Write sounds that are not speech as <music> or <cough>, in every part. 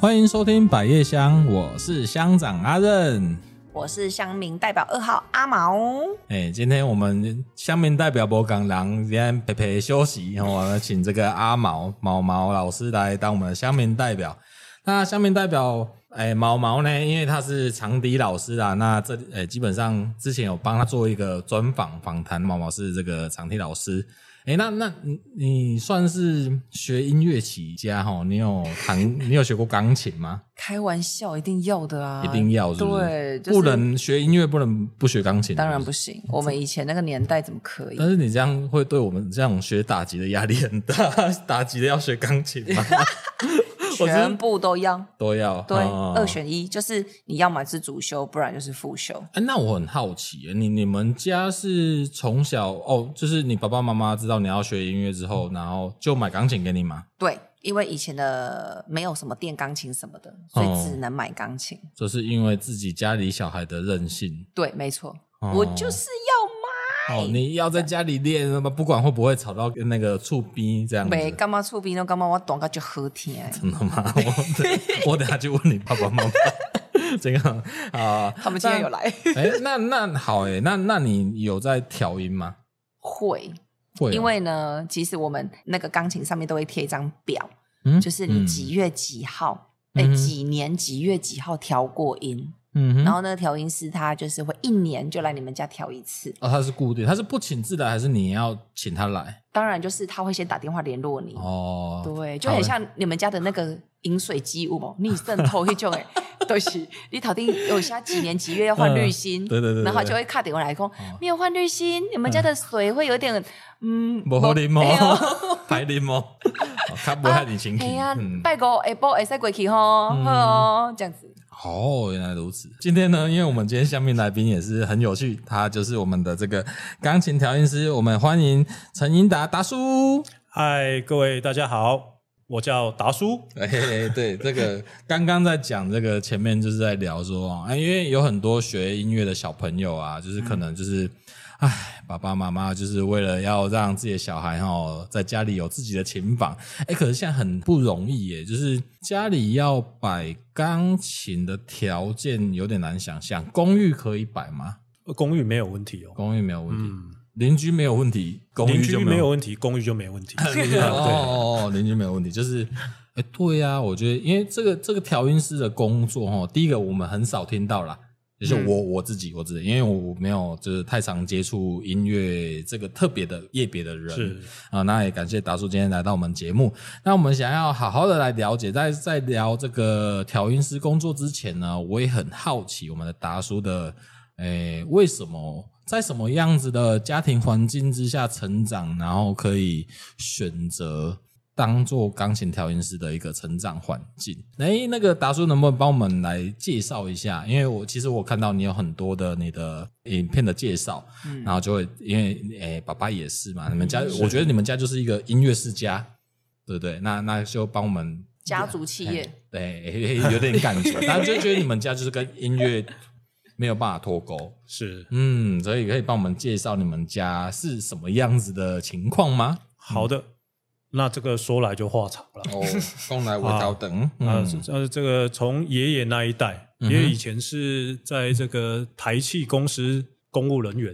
欢迎收听百叶香，我是乡长阿任。我是乡民代表二号阿毛。哎、今天我们乡民代表博港狼今天陪陪休息，然后我们请这个阿毛毛毛老师来当我们的乡民代表。那乡民代表哎、毛毛呢，因为他是长笛老师啦，那这呃、基本上之前有帮他做一个专访访谈，毛毛是这个长笛老师。哎、那那你你算是学音乐起家哈？你有弹，你有学过钢琴吗？开玩笑，一定要的啊，一定要是不是对，就是、不能学音乐，不能不学钢琴。当然不行。我们以前那个年代怎么可以？但是你这样会对我们这种学打击的压力很大，打击的要学钢琴 <laughs> 吗？我哦真全部都要，都要对，嗯二选一，就是你要么是主修，不然就是副修。哎、那我很好奇耶，你你们家是从小哦，就是你爸爸妈妈知道你要学音乐之后，然后就买钢琴给你吗？对，因为以前的没有什么电钢琴什么的，所哦以只能买钢琴。就是因为自己家里小孩的任性对，没错，哦我就是要哦，你要在家里练，那么不管会不会吵到那个触逼这样买。没子。干嘛出兵都干嘛，我短个就合天，真的吗？ <laughs> 我我等下去问你爸爸妈妈。 <laughs> 这个啊，他们今天有来，哎、那 <laughs> 那好哎、那那你有在调音吗？会。会哦、因为呢，其实我们那个钢琴上面都会贴一张表，嗯就是你几月几号，哎、嗯哼几年几月几号调过音，嗯嗯然哼，后那个调音师他就是会一年就来你们家调一次。哦，他是固定，他是不请自来，还是你要请他来？当然就是他会先打电话联络你，哦，对，就很像你们家的那个饮水机务嘛，逆渗透 <laughs> 那种哎。都是你头顶有下几年几月要换滤芯，嗯对对对对哦然后就会卡电话来说没有换滤芯，你们家的水会有点嗯，不好啉没 <laughs> 有哦，白啉哦，哦他不害你情哎体。呀嗯，，拜五下晡会使过去吼，好哦，这样子。哦，原来如此。今天呢，因为我们今天下面来宾也是很有趣，他就是我们的这个钢琴调音师，我们欢迎陈英达达叔。嗨，各位大家好，我叫达叔。哎、对，这个刚刚在讲这个，前面就是在聊说啊，因为有很多学音乐的小朋友啊，就是可能就是，哎、爸爸妈妈就是为了要让自己的小孩哦，在家里有自己的琴房，哎、可是现在很不容易耶，就是家里要摆钢琴的条件有点难想象，公寓可以摆吗？呃公寓没有问题哦，公寓没有问题，嗯，邻、居没有问题，公邻寓就居没有问题，公寓就没问 <laughs> 题。对，哦哦哦，邻居没有问题，就是。哎，对呀、我觉得，因为这个这个调音师的工作哦，第一个我们很少听到啦，就是我、嗯我自己我自己，因为我没有就是太常接触音乐这个特别的业别的 <laughs> 人，是啊，那也感谢达叔今天来到我们节目。那我们想要好好的来了解，在在聊这个调音师工作之前呢，我也很好奇我们的达叔的，诶，为什么在什么样子的家庭环境之下成长，然后可以选择当做钢琴调音师的一个成长环境。哎，那个达叔能不能帮我们来介绍一下？因为我其实我看到你有很多的你的影片的介绍，嗯然后就会因为哎，爸爸也是嘛，你们家我觉得你们家就是一个音乐世家，对不对？那那就帮我们家族企业，对， <laughs> 有点感觉，但就觉得你们家就是跟音乐没有办法脱钩。是嗯，所以可以帮我们介绍你们家是什么样子的情况吗？好的。那这个说来就话长了。 <laughs> 哦，供来我高等。啊，呃，这个从爷爷那一代，嗯嗯哼爷爷以前是在这个台气公司公务人员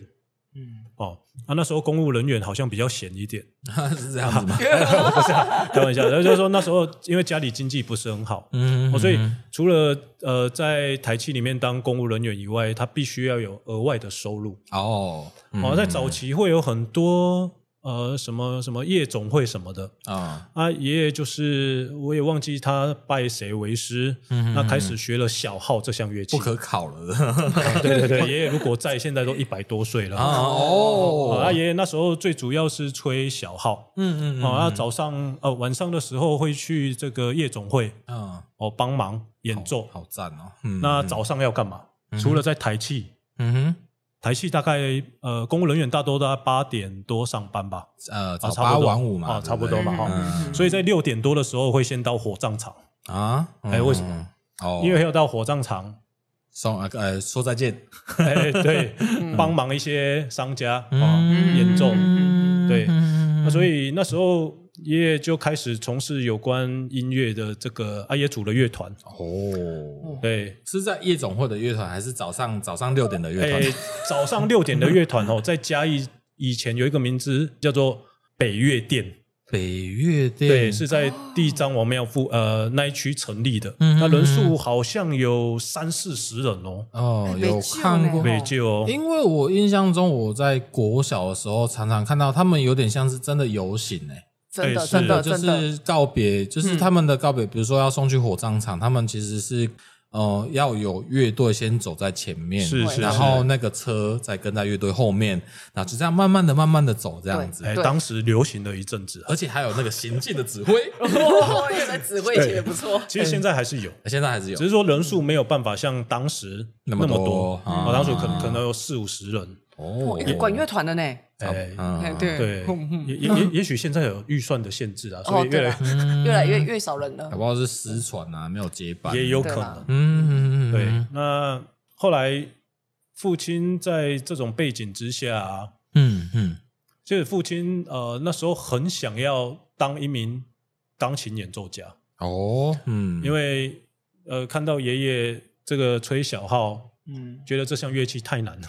嗯，哦。啊，那时候公务人员好像比较闲一点，嗯是这样子吗？开玩笑，然后就是说那时候因为家里经济不是很好，嗯哦，所以除了呃在台企里面当公务人员以外，他必须要有额外的收入。哦，哦，在早期会有很多呃什么什么夜总会什么的啊，啊，爷爷就是我也忘记他拜谁为师，嗯那开始学了小号这项乐器。不 <laughs> 可考 <laughs> 了对对对，爷爷如果在现在都一百多岁 <laughs> 了。 <laughs> 啊啊哦，啊，爷爷那时候最主要是吹小号，嗯嗯哦，啊，早上呃晚上的时候会去这个夜总会嗯，哦帮忙演奏。好赞哦。嗯那早上要干嘛？除了在台气，嗯台气大概呃公务人员大多都在八点多上班吧，哼呃，啊早差八不多晚五嘛，啊对差不对多嘛哈嗯所以在六点多的时候会先到火葬场，啊，哎为什么？哦，因为要到火 <laughs> 葬场，说呃说再见，哎，对，帮忙一些商家啊嗯演奏，嗯对嗯那所以那时候爷爷就开始从事有关音乐的这个，啊，也组了乐团，哦，对，是在夜总会的乐团，还是早上早上六点的乐哎、团？早上六点的乐团哦，在嘉义以前有一个名字叫做北乐店，北乐店对，是在第张王庙附呃那一区成立的，嗯那人数好像有三四十人哦，哦，哎有北旧看呢过哦。北就哦，因为我印象中，我在国小的时候常常看到他们有点像是真的游行诶、欸真的哎是真的就真的，是告别，就是嗯他们的告别，比如说要送去火葬场，他们其实是呃要有乐队先走在前面，是是然是后那个车再跟在乐队后面，然后就这样慢慢的、慢慢的走这样子哎、，对当时流行了一阵子，而且还有那个行进的指挥， <laughs> 哇，你们指挥以前哦也不错。其实现在还是有。现在还是有只是说人数没有办法像当时那那么么多多，哦啊我当时可能可能有四五十人，哦哦一个管乐团的呢，哎，哎嗯，对对，也也也也许现在有预算的限制啊，所哦以越对来了，越来越越少人了哎搞。不好是失传啊，没有接班，也有可对啦能。嗯，嗯嗯嗯对，那后来父亲在这种背景之下啊，嗯嗯，就是父亲呃那时候很想要当一名钢琴演奏家，哦，嗯，因为为呃看到爷爷这个吹小号，嗯，觉得这项乐器太难 <laughs> 了，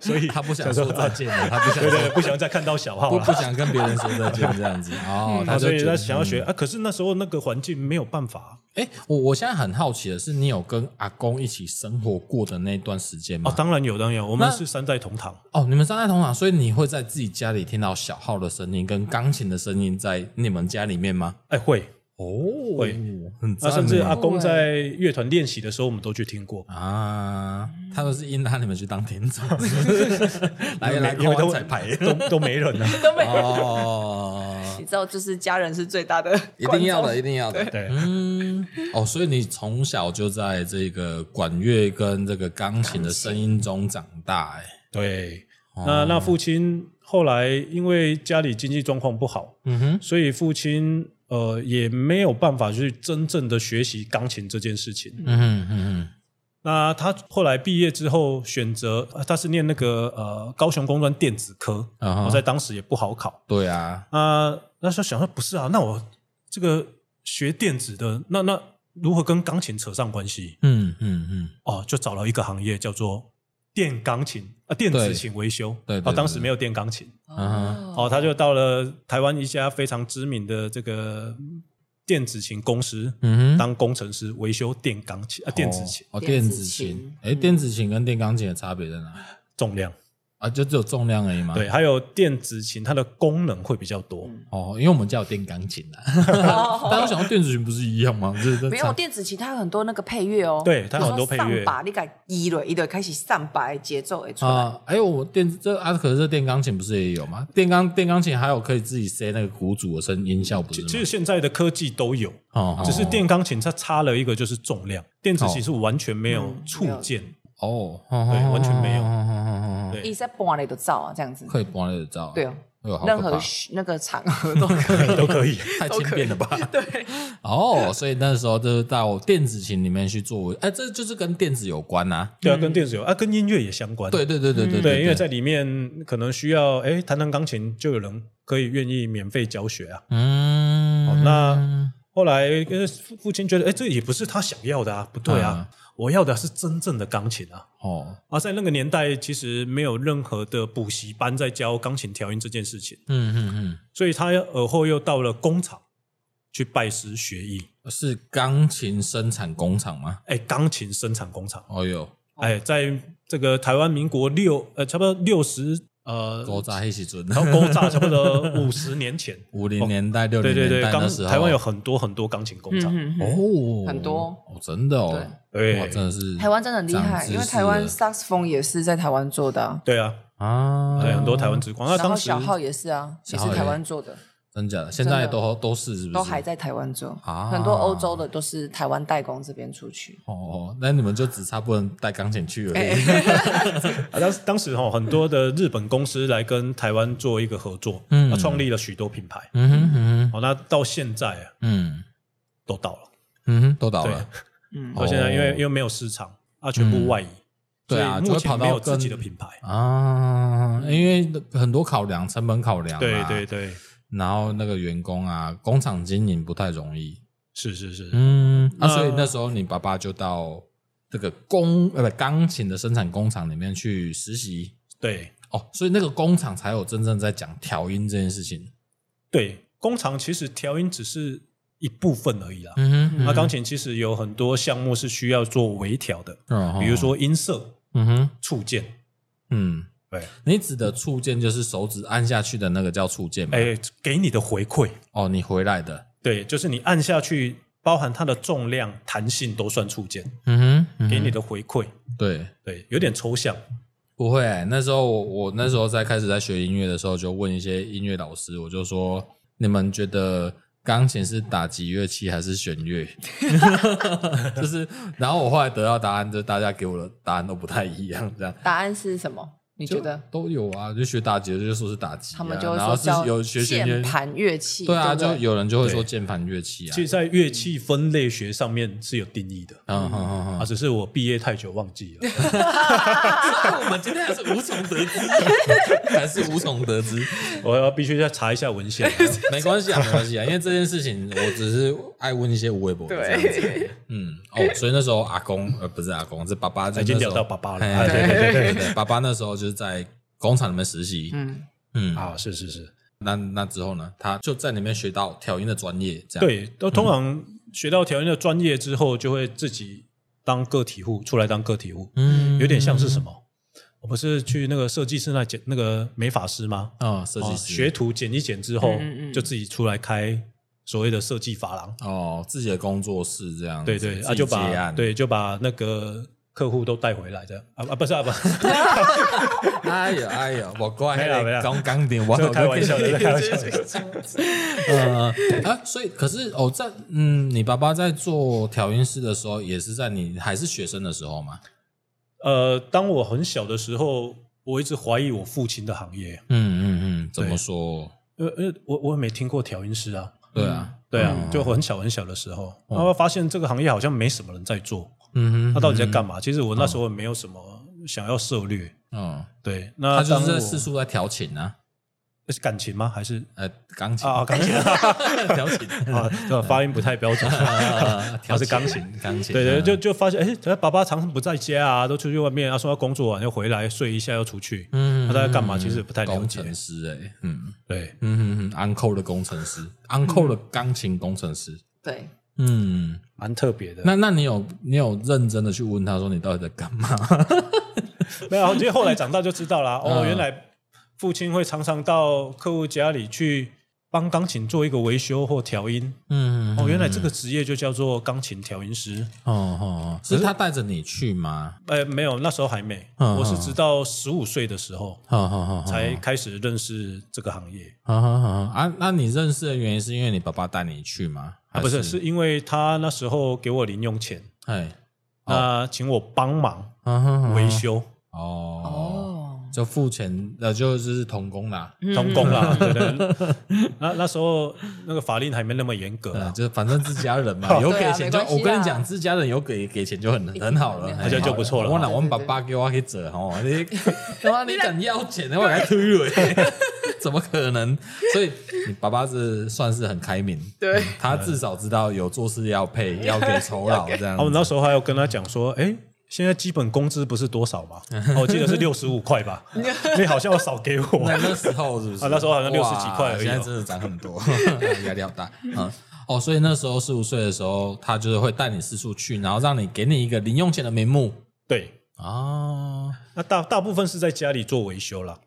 所以哦他不想说啊说再见了，他不想对对，不想再看到小号不了不。想跟别人说再见这样子哦，啊，就所以觉得他想要学。啊，可是那时候那个环境没有办法哎，我我现在很好奇的是，你有跟阿公一起生活过的那段时间啊。吗？当然有，当然有，我们嗯那是三代同堂，哦，你们三代同堂，所以你会在自己家里听到小号的声音跟钢琴的声音在你们家里面吗？哎，会哦，会，很啊，赞欸甚至耶阿公在乐团练习的时候，我们都去听过。啊，他们是因拉你们去当听 <laughs> 众，来因为来因为扣都完彩排都都没人了。嗯都没有。哦，你知道，就是家人是最大的， <laughs> 一定要的，。一定要的。对，嗯，哦，所以你从小就在这个管乐跟这个钢琴的声音中长大、哎，对，哦那那父亲后来因为家里经济状况不好，嗯哼，所以父亲呃也没有办法去真正的学习钢琴这件事情。嗯哼嗯那他后来毕业之后选择，呃他是念那个呃高雄工专电子科，我、啊哈在当时也不好考。哼，对啊，啊，那时候想说不是啊，那我这个学电子的，那那如何跟钢琴扯上关系？嗯嗯嗯，哦，就找了一个行业叫做电钢琴啊，电子琴维修。对对对哦，当时没有电钢琴。嗯哦，他就到了台湾一家非常知名的这个电子琴公司，嗯哼，当工程师维修电钢琴啊，电子琴哦，哦电电子子琴琴，哎，电子琴跟电钢琴的差别在哪？重量。啊，就只有重量而已吗？对，，啊还有电子琴它的功能会比较多。哦，因为我们家有电钢琴啊， <laughs> 但我想到电子琴不是一样吗？就是这哦没有差电子琴，它有很多那个配乐哦。对它有很多配乐比如说上把你改一了，一了开始上把的节奏哎出来。啊，哎，我电这啊，可是这电钢琴不是也有吗？电钢电钢琴还有可以自己塞那个鼓组的声音效，不是其吗？其实现在的科技都有，哦，只是哦电钢琴它差了一个就是重量，电子琴是完全没有触键。哦，对完全没有嗯有对一在搬了就照啊，这样子。可以帮得照，对哦，哎呦，好任可何怕，嘘那个场合都可以。 <laughs> <laughs> 都可以，太轻便了吧？对，哦，所以那时候就是到电子琴里面去做，哎，这就是跟电子有关呐。对啊，跟电子有啊，跟音乐也相关。嗯对对对对对对，因为在里面可能需要哎弹弹钢琴，就有人可以愿意免费教学啊。嗯，哦那后来呃父父亲觉得哎这也不是他想要的啊，不对啊，嗯我要的是真正的钢琴啊。哦，啊，在那个年代其实没有任何的补习班在教钢琴调音这件事情，嗯嗯所以他而后又到了工厂去拜师学艺。嗯，是钢琴生产工厂吗？哎，钢琴生产工厂，哦哟，哎，在这个台湾民国六呃差不多六十呃狗仔黑起尊，，然后公炸差不多五十年前五零年代六对零年对对，代钢那时候，台湾有很多很多钢琴工厂，嗯嗯嗯哦，很多哦，真的哦，对哇，真的是台湾真的很厉长害，知识因为台湾了萨克斯风也是在台湾做的啊，对啊，啊，对很多台湾之光。那然后当时小号也是啊，小也是号也台湾做的，真假的，现在真的都都是是不是？都还在台湾做啊，很多欧洲的都是台湾代工这边出去。哦，那你们就只差不能带钢琴去而哎已。啊当当时哈很多的日本公司来跟台湾做一个合作，嗯啊，创立了许多品牌。嗯哼嗯哼哦，那到现在啊嗯都到了，嗯哼，都倒了。 <laughs> 嗯，到现在因为哦因为没有市场啊，全部外移，对啊所以目就会跑前到没有自己的品牌。啊，因为很多考量，成本考量嘛。对对对，然后那个员工啊，工厂经营不太容易。是是是，嗯，那、那所以那时候你爸爸就到这个工呃不钢琴的生产工厂里面去实习对哦，所以那个工厂才有真正在讲调音这件事情。对，工厂其实调音只是一部分而已啦。嗯哼那啊钢琴其实有很多项目是需要做微调的，嗯比如，说音色、嗯哼，触键。嗯，对，你指的触键就是手指按下去的那个叫触键吗？哎，给你的回馈，哦，你回来的，对，就是你按下去，包含它的重量、弹性都算触键，嗯哼，给你的回馈。对。对，有点抽象。不会、那时候我我那时候在开始在学音乐的时候，就问一些音乐老师，我就说：你们觉得钢琴是打击乐器还是弦乐？ <laughs> 就是，然后我后来得到答案，就大家给我的答案都不太一样，这样。答案是什么？你觉得？都有啊，就学打击的就说是打击啊、他们就会然后说是叫有学弦乐键，盘乐器，对啊，不就有人就会说对键盘乐器啊其，实，在乐器分类学上面是有定义的，嗯哼哼哼啊，只是我毕业太久忘记了。 <laughs> 我们今天还是无从得知， <laughs> 还是无从得 <laughs> 知。我要必须再查一下文献。 <laughs> 没关系啊，没关系啊，因为这件事情我只是爱问一些无微博这样子。嗯，哦，所以那时候阿公呃不是阿公，是爸爸就已经那时候聊到爸爸了嘿对啊对对对对对对，爸爸那时候就是在工厂里面实习。嗯，嗯，啊，是是是，那那之后呢，他就在里面学到调音的专业，这样。对，都通常学到调音的专业之后，就会自己当个体户出来当个体户，嗯有点像是什么？我不是去那个设计师那剪那个美发师吗？啊，设计哦师学徒剪一剪之后嗯嗯嗯，就自己出来开所谓的设计发廊。哦，自己的工作室这样子。对对，嗯自啊己就接把案。对就把那个客户都带回来的啊啊不是啊不是。 <laughs> 哎呀哎呀，我乖，没啦没啦刚刚点，我这开玩笑的这开玩笑呃啊，所以可是哦，在嗯，你爸爸在做调音师的时候，也是在你还是学生的时候嘛？呃，当我很小的时候，我一直怀疑我父亲的行业，嗯嗯嗯，怎么说？因为因为我我也没听过调音师啊。对嗯啊，哦对啊，就我很小很小的时候，然后发现这个行业好像没什么人在做，嗯哦哼，那到底在干嘛？其实我那时候没有什么想要涉略。嗯，对，他那就当是我在四处在调琴啊，是感情吗？还是呃，钢琴啊啊钢琴调琴 <laughs> 啊，这发音不太标 <laughs> 准。啊，调是钢琴，钢琴，对对，嗯就就发现，哎，他爸爸常常不在家啊，都出去外面啊，说要工作完就回来睡一下，又出去。嗯，他在干嘛嗯其实不太了解工程师哎，嗯对，嗯嗯嗯，uncle 的工程师，uncle 的钢琴工程师，对，嗯。蛮特别的。那那你有你有认真的去问他说你到底在干嘛？没有，其实后来长大就知道啦。哦，嗯原来父亲会常常到客户家里去帮钢琴做一个维修或调音。嗯，哦，原来这个职业就叫做钢琴调音师。哦哦，哦是他带着你去吗？呃，没有，那时候还没，嗯我是直到十五岁的时候好好好，才开始认识这个行业。好好好啊！那你认识的原因是因为你爸爸带你去吗？啊，还不是，是因为他那时候给我零用钱，哎，那请我帮忙嗯哼哼维修哦，哦，嗯就付钱，呃，就就是童工啦，童工啦。对对， <laughs> 那那时候那个法令还没那么严格对，啊，就是反正自家人嘛，有给钱就 <laughs> 对啊没关系啦我跟你讲，自家人有给给钱就很很好 <laughs> 了，那哎就就不错了我哪我们爸爸给我去做哦， <laughs> 你他妈你敢要钱的话来推了，哎 <laughs> 怎么可能？所以你爸爸是算是很开明，对嗯， <laughs> 他至少知道有做事要配，要给酬劳这样啊，我子。那时候还有跟他讲说，哎，现在基本工资不是多少 <laughs> 嘛？哦我记得是六十五块吧？ <laughs> 你好像要少 <laughs> 给我那那时候是不是？ <laughs> 啊那时候好像60几块而已哦哇现在真的涨很多， <laughs> 压力好大。嗯，哦，所以那时候十五岁的时候，他就是会带你四处去，然后让你给你一个零用钱的名目对，啊。那大大部分是在家里做维修啦。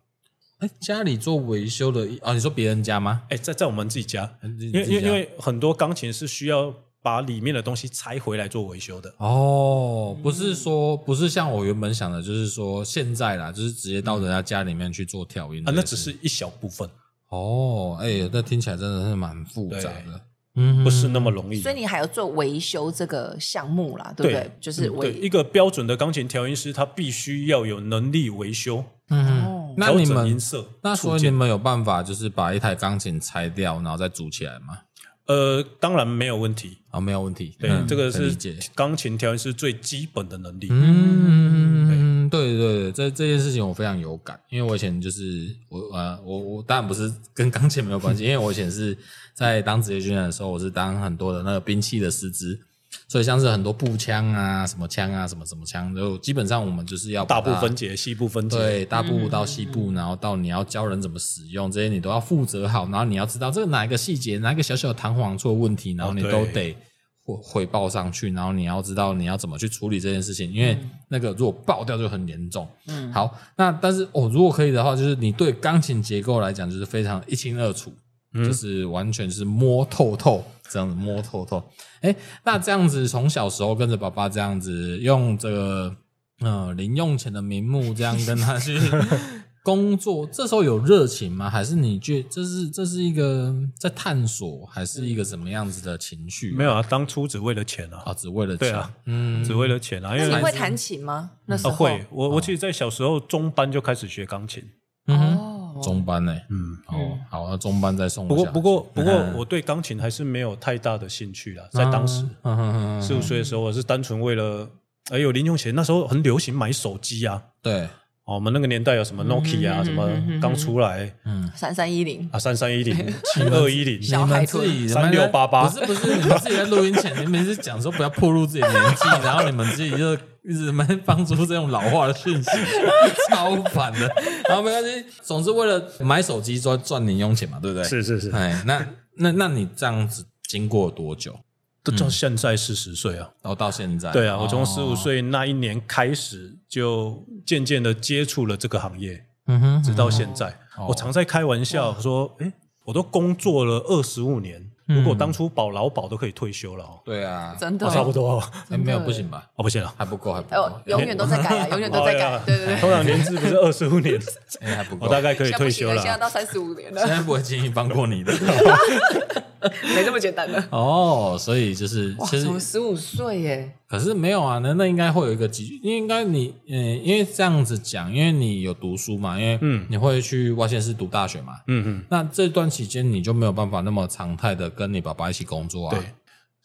哎，家里做维修的哦，你说别人家吗？哎，在在我们自己家，因因为因为因为很多钢琴是需要把里面的东西拆回来做维修的。哦，不是说不是像我原本想的，就是说现在啦，就是直接到人家家里面去做调音啊的，那只是一小部分，哦，哎，那听起来真的是蛮复杂嗯对的，嗯，不是那么容易。所以你还有做维修这个项目啦，对不对对？就是嗯对一维个标准的钢琴调音师，他必须要有能力维修、嗯哦，那调你整们音色。那所以你们有办法就是把一台钢琴拆掉，然后再组起来吗？呃，当然没有问题。啊，没有问题，对，嗯这个可以是理解，钢琴调音师最基本的能力。嗯，对对对，这这件事情我非常有感，因为我以前就是我呃我我当然不是跟钢琴没有关系，因为我以前是在当职业军人的时候，我是当很多的那个兵器的师资，所以像是很多步枪啊、什么枪啊、什么什么枪，就基本上我们就是要大把部它分解，细部分解，对，大步到西部，然后到你要教人怎么使用这些，你都要负责好，然后你要知道这个哪一个细节，哪一个小小的弹簧出了问题，然后你哦都对得汇汇报上去，然后你要知道你要怎么去处理这件事情，因为嗯那个如果爆掉就很严重。嗯，好，那但是哦，如果可以的话，就是你对钢琴结构来讲，就是非常一清二楚，嗯就是完全是摸透透这样子摸透透。哎，那这样子从小时候跟着爸爸这样子用这个呃零用钱的名目这样跟他 <laughs> 去工作，这时候有热情吗？还是你觉这是这是一个在探索，还是一个什么样子的情绪？没有啊，当初只为了钱啊，啊，只为了对钱，啊嗯，只为了钱啊，因那为你会弹琴吗？那时哦啊候会，我我其实，在小时候中班就开始学钢琴，嗯哼哦，中班呢、嗯，哦，好，那中班再送我不过下不过不过嗯，我对钢琴还是没有太大的兴趣啦，在当时嗯，嗯嗯嗯十五岁的时候，我是单纯为了哎有零用钱，那时候很流行买手机啊，对，哦，我们那个年代有什么 Nokia 啊，嗯什么刚出来嗯，三三一零，啊，三三一零、 <laughs> 七二一零，小你孩们子自己3688不是不是，你们自己在录音前，你们是讲说不要暴露自己的年纪，然后你们自己就一直没放出这种老化的讯 <laughs> 息，超烦的。然后没关系，总之为了买手机赚赚零用钱嘛，对不对？，是是是，哎，那那那你这样子经过多久？都到现在四十岁啊，然后到现在？对啊，我从哦十五，岁那一年开始，就渐渐的接触了这个行业，嗯哼，直到现在。哦我常在开玩笑说，哎，我都工作了二十五年，如果当初保劳保都可以退休了哦，嗯对啊，真的哦差不多哦，哎没有不行吧？哦不行了。还不够，还不哎够呦，，永远都在改啊，永远都在哎改呀，对对对。通常年资不是二十 <laughs> 五年，哎还不够我，大概 <laughs> 可以现在退不行休了，了现。在到三十五现年了， <laughs> 在不会轻易放过 <laughs> 你的。 <laughs> 没这么简单的。哦，所以就是哇，其实从十五岁耶，可是没有啊，那那应该会有一个集，因为应该你嗯，因为这样子讲，因为你有读书嘛，因为嗯你会去外县市读大学嘛，嗯嗯，那这段期间你就没有办法那么常态的跟你爸爸一起工作啊，对，。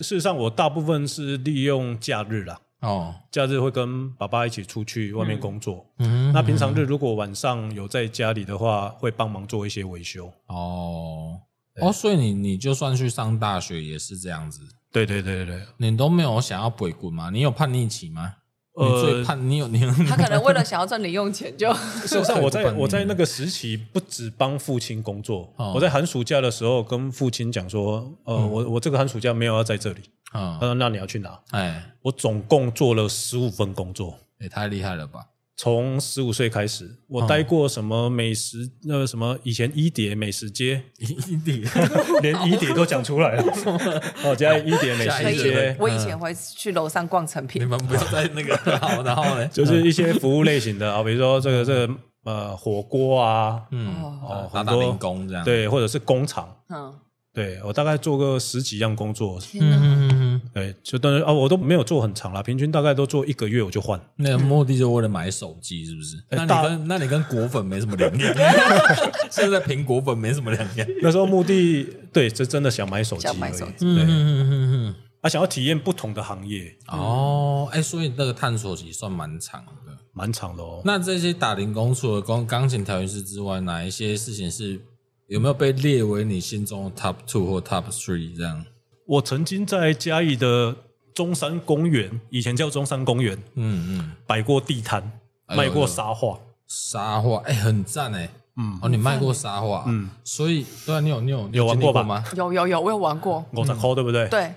事实上，我大部分是利用假日啦，哦，假日会跟爸爸一起出去外面工作。嗯，那平常日如果晚上有在家里的话，会帮忙做一些维修。哦哦，所以你你就算去上大学也是这样子，对对对对对，你都没有想要鬼滚吗？你有叛逆期吗？呃你最叛，你有你有他可能为了想要赚零用钱就，事实上，我在不管你我在那个时期不止帮父亲工作，哦我在寒暑假的时候跟父亲讲说，呃，我我这个寒暑假没有要在这里，他嗯，说那你要去哪？哎我总共做了十五份工作，也太厉害了吧，从十五岁开始，我哦待过什么美食，那个什么以前一蝶美食街，一定 <laughs> 连一蝶都讲出来了， <laughs> 哦，加一蝶美下可一食以街。，我以前会去楼上逛成你品，们不要再 <laughs> 那个好，然后呢？就是一些服务类型的啊，比如说这个这个呃火锅啊，嗯，哦，哦打很打多零工这样。，对，或者是工厂，嗯，对我大概做个十几样工作，天嗯哪，嗯嗯嗯，对，就但是啊我都没有做很长啦，平均大概都做一个月我就换，那个目的就为了买手机，是不是？那哎你大跟那你跟果粉没什么两 <laughs> 样， <laughs> 现在苹果粉没什么两样。那时候目的对，这真的想买手机而想已，买手机嗯对，嗯嗯啊想要体验不同的行业，嗯。哦，哎，所以那个探索期算蛮长的。蛮长的哦。那这些打零工除了钢钢琴调音师之外，哪一些事情是有没有被列为你心中的 top two 或 top three 这样？我曾经在嘉义的中山公园，以前叫中山公园，嗯嗯，摆过地摊，哎呦卖过沙画，沙画，哎，很赞哎。嗯哦，你卖过沙画，嗯，所以对啊，你有你有你有玩经历过吧吗？有有有，我有玩过，五十嗯块对不对？对，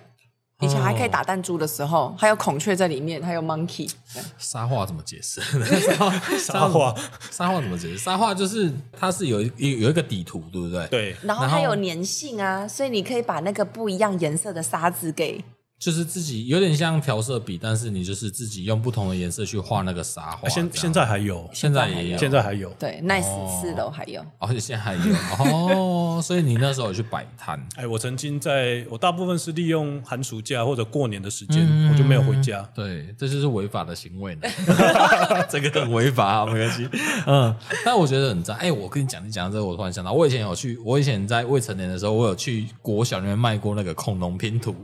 以前还可以打弹珠的时候，还有孔雀在里面，还有 monkey，沙画怎么解 <laughs> 释？沙画，沙画怎么解释？沙画就是它是有一有一个底图，对不对？，对，然后然后它有粘性啊，所以你可以把那个不一样颜色的沙子给，就是自己有点像调色笔，但是你就是自己用不同的颜色去画那个沙画。啊这现样现在还有，现在也有，现在还有，对，nice 四楼还有，而且现在还有哦，所以你那时候有去摆摊，哎，我曾经在我大部分是利用寒暑假或者过年的时间，嗯我就没有回家。对，这就是违法的行为呢， <laughs> <laughs> 这个很违法啊，没关系。嗯，但我觉得很赞。哎、我跟你讲，你讲到这个，我突然想到，我以前有去，我以前在未成年的时候，我有去国小里面卖过那个恐龙拼图。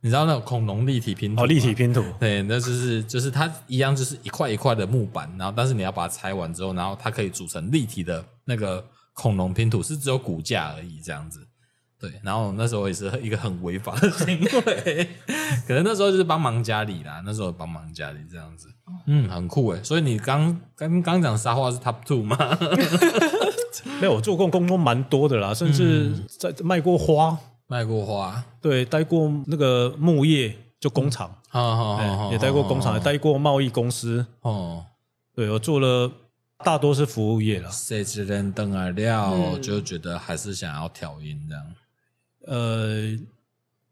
你知道那种恐龙立体拼图吗哦，立体拼图，对，那就是就是它一样，就是一块一块的木板，然后但是你要把它拆完之后，然后它可以组成立体的那个恐龙拼图，是只有骨架而已这样子。对，然后那时候也是一个很违法的行为， <laughs> 可能那时候就是帮忙家里啦，那时候帮忙家里这样子，哦嗯，很酷诶。所以你刚刚刚讲沙画是 Top Two 吗？ <laughs> 没有，我做过工作蛮多的啦，甚至嗯在卖过花，卖过花，对，待过那个木业，就工厂，好好哎好好，也待过工厂，也待过贸易公司，哦。对我做了大多是服务业啦。谁知人等而料，嗯就觉得还是想要调音这样。呃，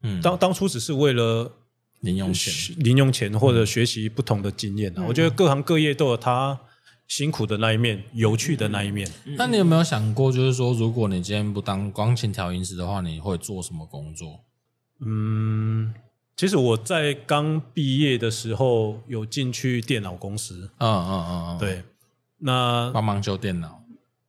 嗯，当当初只是为了零用钱，学零用钱或者学习不同的经验啊。嗯我觉得各行各业都有它辛苦的那一面，有趣的那一面。那你有没有想过，就是说，如果你今天不当钢琴调音师的话，你会做什么工作？嗯，其实我在刚毕业的时候有进去电脑公司，嗯嗯嗯嗯，，对，那帮忙修电脑。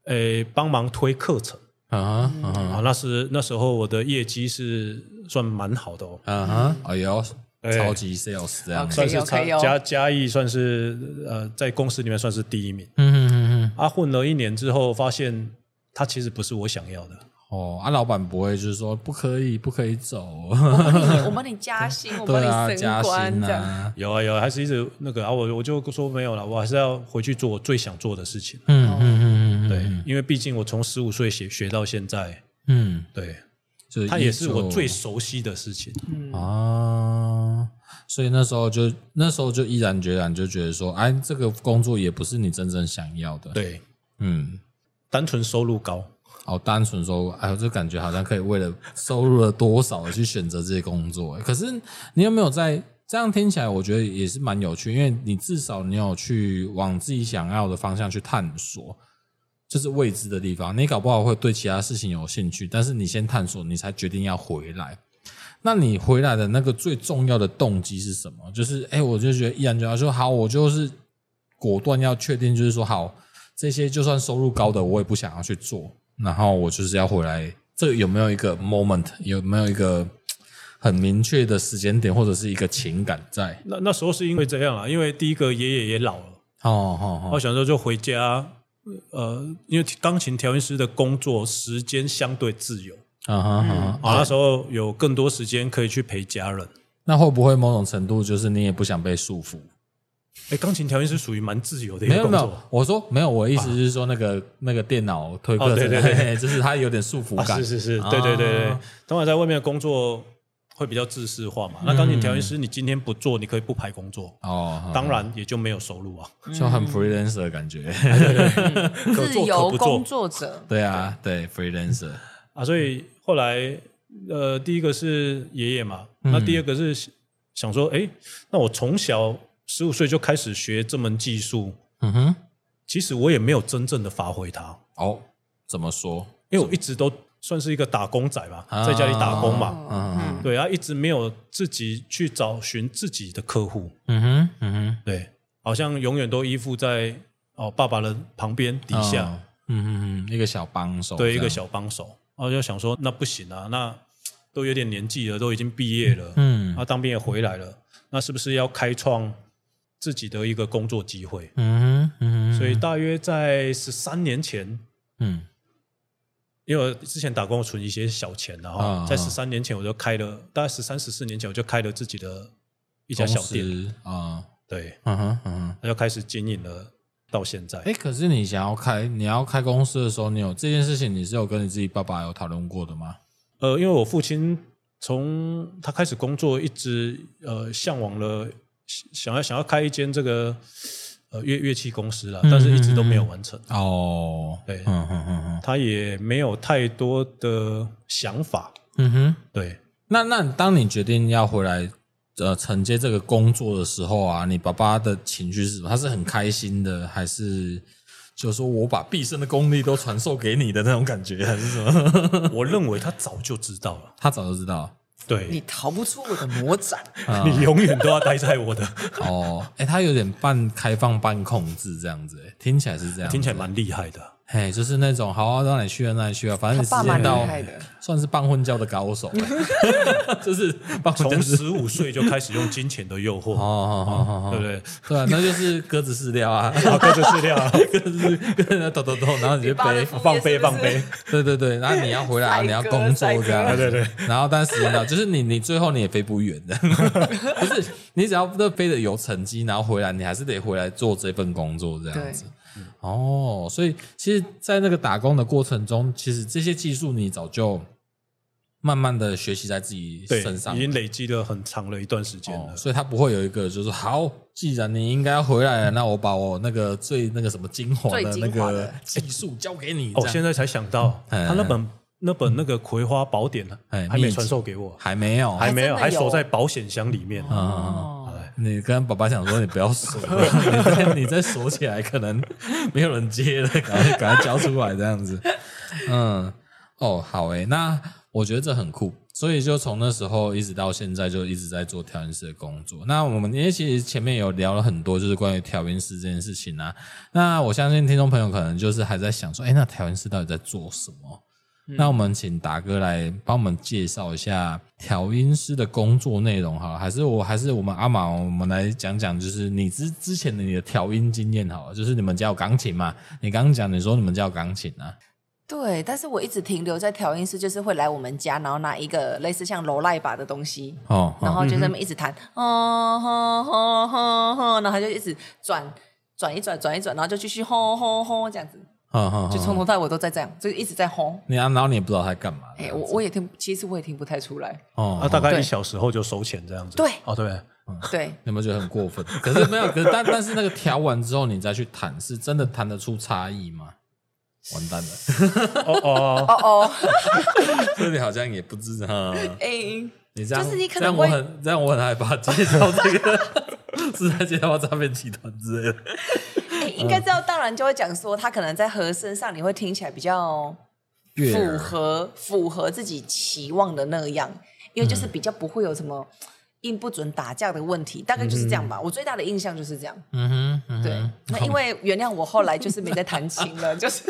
诶帮忙推课程嗯哼，嗯啊。哼，那时那时候我的业绩是算蛮好的哦。嗯哼，哎呦，哎超级 sales 这样子。可算以是哦可以差哦嘉嘉义算是呃在公司里面算是第一名。嗯哼嗯哼，啊，混了一年之后，发现它其实不是我想要的。哦，啊，老板不会就是说不可以，不可以走，我帮你，我帮你加薪，我帮对啊，你加升官，薪这样。啊，有啊有啊，还是一直那个啊，我我就说没有了，我还是要回去做我最想做的事情。嗯嗯嗯嗯，嗯对，，因为毕竟我从十五岁学学到现在，嗯，对，就是它也是我依旧最熟悉的事情。嗯啊，所以那时候就那时候就毅然决然就觉得说，哎，这个工作也不是你真正想要的。，对，嗯，单纯收入高，好单纯说，哎，我就感觉好像可以为了收入了多少而去选择这些工作。欸可是你有没有在这样听起来，我觉得也是蛮有趣，因为你至少你有去往自己想要的方向去探索。就是未知的地方，你搞不好会对其他事情有兴趣，但是你先探索，你才决定要回来。那你回来的那个最重要的动机是什么？就是哎、诶我就觉得毅然决然说好，我就是果断要确定，就是说好，这些就算收入高的，我也不想要去做。然后我就是要回来，这有没有一个 moment？有没有一个嘖很明确的时间点，或者是一个情感在？那那时候是因为这样啊，因为第一个爷爷也老了，哦哦我想说就回家。呃，因为钢琴调音师的工作时间相对自由，哦，啊哈啊哈！啊，那时候有更多时间可以去陪家人。那会不会某种程度就是你也不想被束缚？哎，钢琴调音是属于蛮自由的一没个有工没有作，啊我说没有，我的意思是说那个、那个电脑推课程、哦对对对嘿嘿 <laughs> 就是它有点束缚啊，感。是是是，啊对对对对。当然，在外面的工作会比较自私化嗯嘛。那钢琴调音师，你今天不做，你可以不排工作，哦，当然也就没有收入啊。就很 freelancer 的感觉。嗯可自做可由不工做作者， <laughs> 对啊，对 freelancer，啊，所嗯以后来呃，第一个是爷爷嘛，嗯那第二个是想说，哎，那我从小十五岁就开始学这门技术，嗯哼，其实我也没有真正的发挥它，哦，怎么说？因为我一直都算是一个打工仔嘛，啊在家里打工嘛。哦嗯对啊，一直没有自己去找寻自己的客户，嗯哼，嗯哼，对，好像永远都依附在哦爸爸的旁边底下，哦，嗯嗯嗯，一个小帮手，对一个这样，小帮手。然后就想说，那不行啊，那都有点年纪了，都已经毕业了，嗯啊，当兵也回来了，那是不是要开创自己的一个工作机会？嗯哼，嗯哼，所以大约在十三年前，嗯因为我之前打工存一些小钱然啊后在啊十三年前我就开了，大概十三十四年前我就开了自己的一家小店，公司啊，对，嗯哼嗯哼。那就开始经营了到现在。哎，可是你想要开你要开公司的时候，你有这件事情，你是有跟你自己爸爸有讨论过的吗？呃，因为我父亲从他开始工作，一直呃向往了想想要想要开一间这个呃乐乐器公司啦，嗯但是一直都没有完成。哦，对嗯哼嗯哼，他也没有太多的想法，嗯哼。对，那那当你决定要回来呃承接这个工作的时候啊，你爸爸的情绪是什么？他是很开心的，还是就是说我把毕生的功力都传授给你的那种感觉，还是什么？ <laughs> 我认为他早就知道了，他早就知道你对逃不出我的魔掌。啊你永远都要待在我的， <laughs> 哦，哎、他有点半开放半控制这样子、诶听起来是这样， <laughs> 听起来蛮厉害的。嘿，就是那种好啊，到哪里去啊，哪里去啊，反正你时他爸蛮间厉到害的，算是半婚教的高手了， <laughs> 就是半婚教从是十五岁就开始用金钱的诱 <laughs> 哦惑，哦哦哦，对不对？对啊，那就是鸽子饲料 <laughs> 啊，然后跟着饲料啊，鸽子跟人家抖抖抖，然后你就你爸的背，副业放飞是不放是飞，对对对，然后你要回来，然宰割后你要工作这宰对样， <laughs> 对对。然后但时间到，就是你你最后你也飞不远的， <laughs> 不是你只要都飞的有成绩，然后回来你还是得回来做这份工作这样子。哦，所以其实，在那个打工的过程中，其实这些技术你早就慢慢的学习在自己对身，上已，经累积了很长的一段时间哦了，。所以他不会有一个就是好，既然你应该要回来了，那我把我那个最那个什么精华最的那精华个的技术交给你，哦，这样现在才想到，嗯他那本那本那个《葵花宝典》呢，哎还没秘籍传授给我，还没有，还没有，还还真的有锁在保险箱里面。嗯嗯嗯哦，你跟爸爸讲说，你不要锁，你再你再锁起来，可能没有人接了，赶 <laughs> 快赶快交出来这样子。嗯，哦，好诶、那我觉得这很酷，所以就从那时候一直到现在，就一直在做调音师的工作。那我们因为其实前面有聊了很多，就是关于调音师这件事情啊。那我相信听众朋友可能就是还在想说，哎、那调音师到底在做什么？嗯那我们请达哥来帮我们介绍一下调音师的工作内容好了，还是我还是我们阿玛，我们来讲讲，就是你之之前的你的调音经验好了，就是你们家有钢琴嘛？你刚刚讲你说你们家有钢琴啊， <laughs> 对，但是我一直停留在调音师，就是会来我们家，然后拿一个类似像罗赖把的东西，哦，嗯然哦后就在那边一直弹，哦吼吼吼吼，然后他就一直转转一转转一转，然后就继续吼吼吼这样子，哦哦，就从哦头到尾都在这样，就一直在吼。你啊，然后你也不知道他在干嘛，哎，我我也听，其实我也听不太出来。哦，啊，大概对一小时后就收钱这样子。对哦，对， <laughs> 对，有没有觉得很过分？可是没有，可是但但是那个调完之后你再去弹，是真的弹得出差异吗？完蛋了，哦哦，哦哦， <laughs> 这里好像也不知道。哎，你这样，就是你可这样能我会很这样我很害怕介绍这个是在介绍诈骗集团之类的。哎嗯应该知道，当然就会讲说，他可能在和声上你会听起来比较悦符耳合符合自己期望的那样，因为嗯就是比较不会有什么音不准打架的问题，大概就是这样吧。我最大的印象就是这样。嗯哼，对， <laughs> 那因为原谅我后来就是没再弹琴了，就是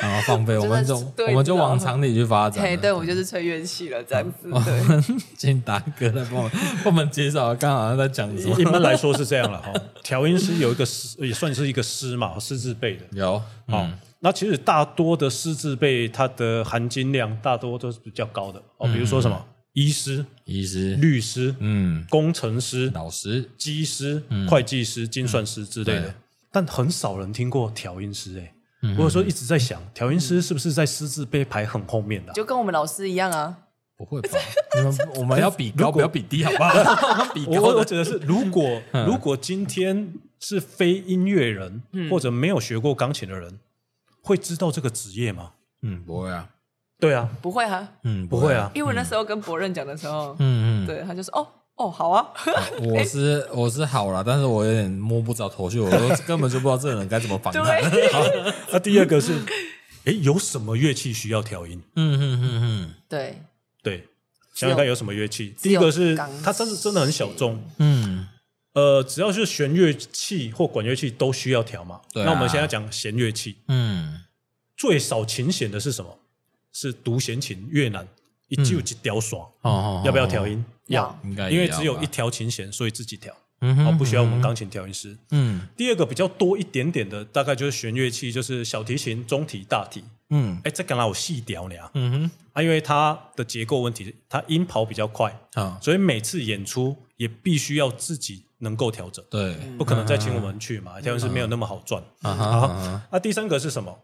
然后放飞，我们就 <laughs> 真的是对我们就知道往常理去发展对，了。哦对我就是吹乐器了这样子。我 <laughs> 对，们请达哥来帮我帮我们介绍，刚刚好像在讲什么一？般来说是这样了哈。调音师有一个师，也算是一个师嘛，师字辈的。 <laughs> 有嗯哦，那其实大多的师字辈，它的含金量大多都是比较高的哦，比如说什么医师、医师，律师、嗯，工程师、老师，机师、嗯会计师、精算师之类对的，但很少人听过调音师哎。嗯我有时候一直在想，调音师是不是在师字辈排很后面的啊？就跟我们老师一样啊。不会 <laughs> 吧？你们我们要比高，不要比低，好不好？我们 <laughs> 比我我高我的指的是， <laughs> 如果嗯如果今天是非音乐人嗯或者没有学过钢琴的人，会知道这个职业吗？嗯，不会啊，对啊，不会啊，嗯，不会，啊。因为那时候跟博任讲的时候，嗯嗯。对他就说哦哦 <laughs> 好啊，我是我是好了，但是我有点摸不着头绪，我都 <laughs> 根本就不知道这个人该怎么防他。对，那啊第二个是， <laughs> 哎，有什么乐器需要调音？嗯嗯嗯对，对，只想有想看有什么乐器。只第一有个是钢琴它真是真的很小众，嗯呃，只要是弦乐器或管乐器都需要调嘛。对啊那我们现在讲弦乐器，嗯最少琴弦的是什么？是独弦琴，越南一就一条爽，嗯，哦，要不要调？音？要应该因为只有一条，条琴弦，所以自己调，嗯哦，哼不需要我们钢琴调音师。嗯第二个比较多一点点的，大概就是弦乐器，就是小提琴、中提、大提。嗯哎，这干啦，我细调呢嗯啊，因为它的结构问题，它音跑比较快，哼，好，所以每次演出也必须要自己能够调整，对，不可能再请我们去嗯嘛，调音师没有那么好赚。啊好，那第三个是什么？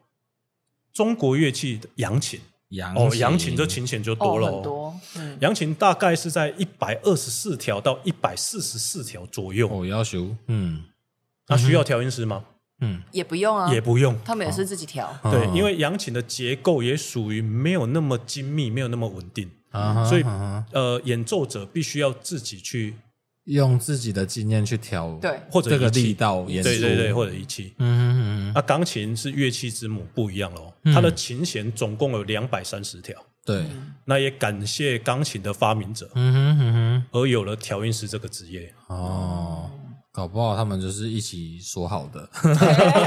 中国乐器的扬琴扬哦，扬琴这琴弦就哦多了很哦。多，嗯，扬琴大概是在一百二十四条到一百四十四条左右，哦要求，嗯那需要调音师吗？嗯，也不用啊也，不用。他们也哦是自己调，对，因为扬琴的结构也属于没有那么精密，没有那么稳定，啊，所以呃，演奏者必须要自己去用自己的经验去调，对，或者这个仪器力道演出，对对对，，或者啊仪器。嗯嗯那钢琴是乐器之母，不一样喽。它的琴弦总共有两百三十条。对，那也感谢钢琴的发明者，嗯哼嗯而有了调音师这个职业。哼，哦，搞不好他们就是一起说好的。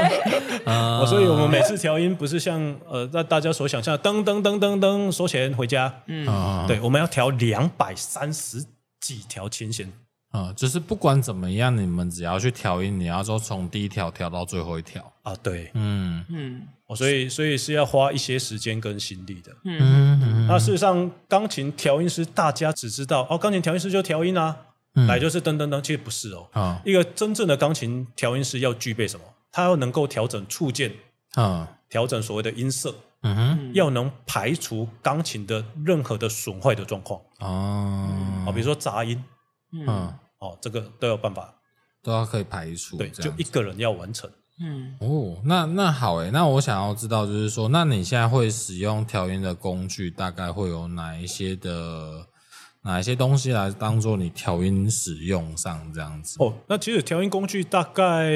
<laughs> 哦，所以我们每次调音不是像呃大大家所想象的噔噔噔噔噔收钱回家，嗯，啊、对，我们要调两百三十几条琴弦，啊、就是不管怎么样，你们只要去调音，你要说从第一条调到最后一条。啊，对，嗯嗯哦，所以所以是要花一些时间跟心力的。嗯嗯那事实上，钢琴调音师大家只知道哦，钢琴调音师就调音啊，嗯来就是噔噔噔，其实不是哦。啊一个真正的钢琴调音师要具备什么？他要能够调整触键，啊调整所谓的音色，嗯哼要能排除钢琴的任何的损坏的状况哦啊，比如说杂音嗯嗯，哦，这个都有办法。都要可以排除。对，哦这就样一个人要完成。嗯，哦，那那好诶，那我想要知道，就是说，那你现在会使用调音的工具，大概会有哪一些的哪一些东西来当做你调音使用上这样子？哦，那其实调音工具大概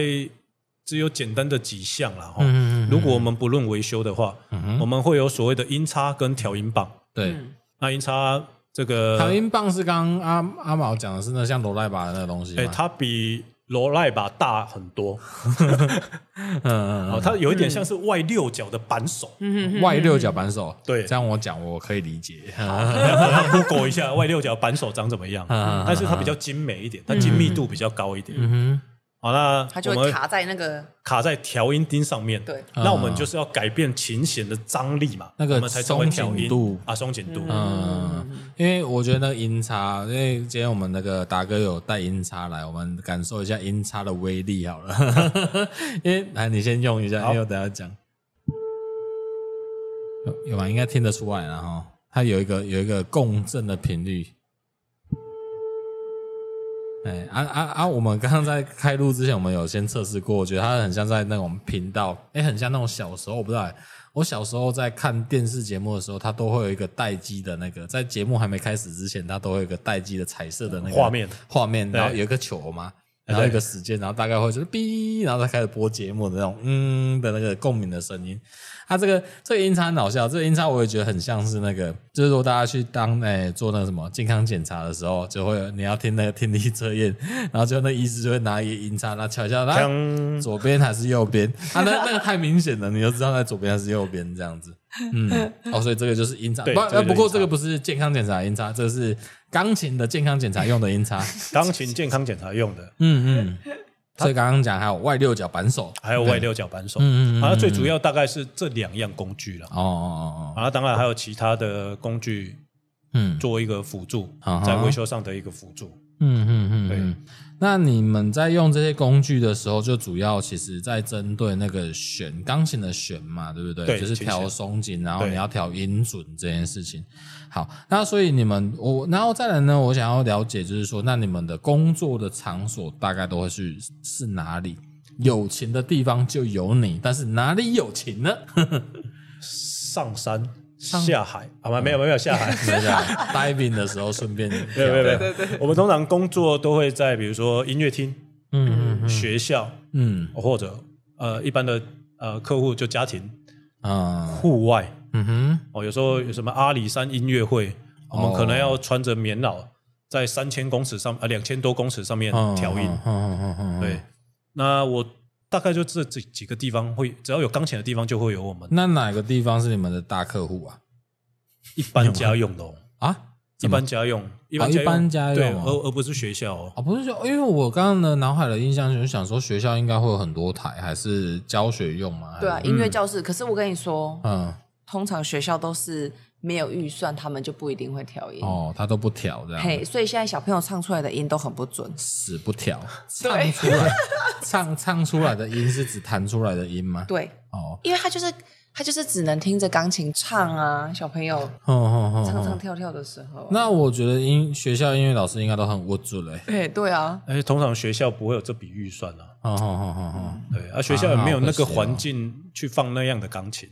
只有简单的几项啦。哈、嗯嗯嗯嗯嗯如果我们不论维修的话，我们会有所谓的音叉跟调音棒。对，嗯那音叉这个，调音棒是刚刚阿阿毛讲的是那像罗赖把的那个东西吗哎，它比罗赖吧大很多，嗯嗯哦，它有一点像是外六角的扳手。嗯，外六角扳手，对这样我讲我可以理解。大家 Google <laughs> 一下外六角扳手长怎么样，嗯但是它比较精美一点，它精密度比较高一点。嗯好，那它我就会们卡在那个卡在调音钉上面。对那我们就是要改变琴弦的张力嘛，那个我们才成为调松紧音度啊，松紧度。嗯，因为我觉得那个音叉，因为今天我们那个达哥有带音叉来，我们感受一下音叉的威力好了。 <laughs> 因为来，你先用一下，因为我等一下讲。有有吧？应该听得出来了哈。它有一个有一个共振的频率。哎，啊啊啊！我们刚刚在开录之前，我们有先测试过，我觉得它很像在那种频道，哎，很像那种小时候，我不知道哎，我小时候在看电视节目的时候，它都会有一个待机的那个，在节目还没开始之前，它都会有一个待机的彩色的那个画面画面，然后对哎有一个球嘛，然后一个时间，然后大概会就是哔，然后再开始播节目的那种嗯的那个共鸣的声音。它这个这个音叉很好笑，这个音叉我也觉得很像是那个，就是说大家去当哎、做那个什么健康检查的时候，就会有你要听那个 <laughs> 听力测验，然后就那医师就会拿一个音叉，然后敲一下，来锵左边还是右边？啊，那那个太明显了，你就知道在左边还是右边这样子。嗯，哦，所以这个就是音叉，对不，这个就是不过音叉这个不是健康检查的音叉，这是钢琴的健康检查用的音叉。钢琴健康检查用的，嗯嗯， <laughs> 所以刚刚讲还有外六角扳手，还有外六角扳手。嗯嗯嗯啊，那最主要大概是这两样工具了。哦哦哦哦，啊，当然还有其他的工具嗯作为一个辅助啊哈，在维修上的一个辅助。嗯嗯嗯，对嗯。那你们在用这些工具的时候，就主要其实在针对那个弦，钢琴的弦嘛，对不对？对就是调松紧，然后对你要调音准这件事情。好，那所以你们我，然后再来呢，我想要了解就是说，那你们的工作的场所大概都会是是哪里？有琴的地方就有你，但是哪里有琴呢？上山下海啊，没有没有下海，等一下 diving 的时候顺便 <laughs> 没有没有没聊有。我们通常工作都会在比如说音乐厅、嗯嗯学校嗯或者呃一般的呃客户就家庭、啊户外嗯哼哦，有时候有什么阿里山音乐会，我们可能要穿着棉袄在三千公尺上啊两千多公尺上面嗯调音。嗯嗯嗯对，那我大概就这几几个地方会，只要有钢琴的地方就会有我们那哪个地方是你们的大客户啊？一般家用的、哦，啊一般家用，哦一般一般家家用用，对，哦而而不是学校哦。啊，不是说，因为我刚刚的脑海的印象就是想说，学校应该会有很多台，还是教学用吗？对啊，音乐教室。可是我跟你说，嗯，通常学校都是没有预算，他们就不一定会调音。哦，他都不调这样，嘿，所以现在小朋友唱出来的音都很不准。死不调，唱对出 <laughs> 来，唱唱出来的音是指弹出来的音吗？对，哦，因为他就是他就是只能听着钢琴唱啊，小朋友哦哦唱哦唱哦。跳跳的时候。那我觉得音学校音乐老师应该都很握住嘞。哎，对啊，而且通常学校不会有这笔预算啊，哦哦哦哦哦。对，而、学校也没有那好可惜哦个环境去放那样的钢琴。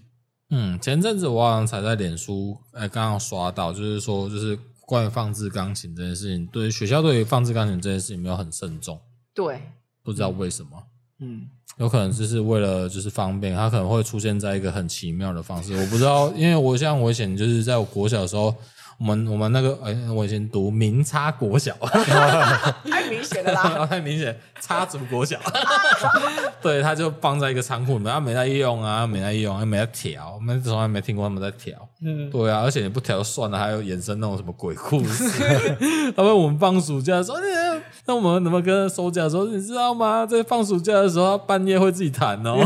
嗯，前阵子我好像才在脸书，哎、刚刚刷到，就是说，就是关于放置钢琴这件事情，对学校对于放置钢琴这件事情没有很慎重，对，不知道为什么，嗯，有可能就是为了就是方便，它可能会出现在一个很奇妙的方式，我不知道，因为我像我以前就是在我国小的时候，我们我们那个哎、我以前读明差国小， <laughs> 太明显了啦。太明显，插足国 <laughs> 小，对，他就放在一个仓库里面，他没在用啊，没在用，他没在调，我们从来没听过他们在调，嗯，对啊，而且你不调就算了，还有衍生那种什么鬼故 <laughs> 事，他们我们放暑假的时候，哎那我们怎么跟他收假的时候，你知道吗？在放暑假的时候，他半夜会自己弹哦，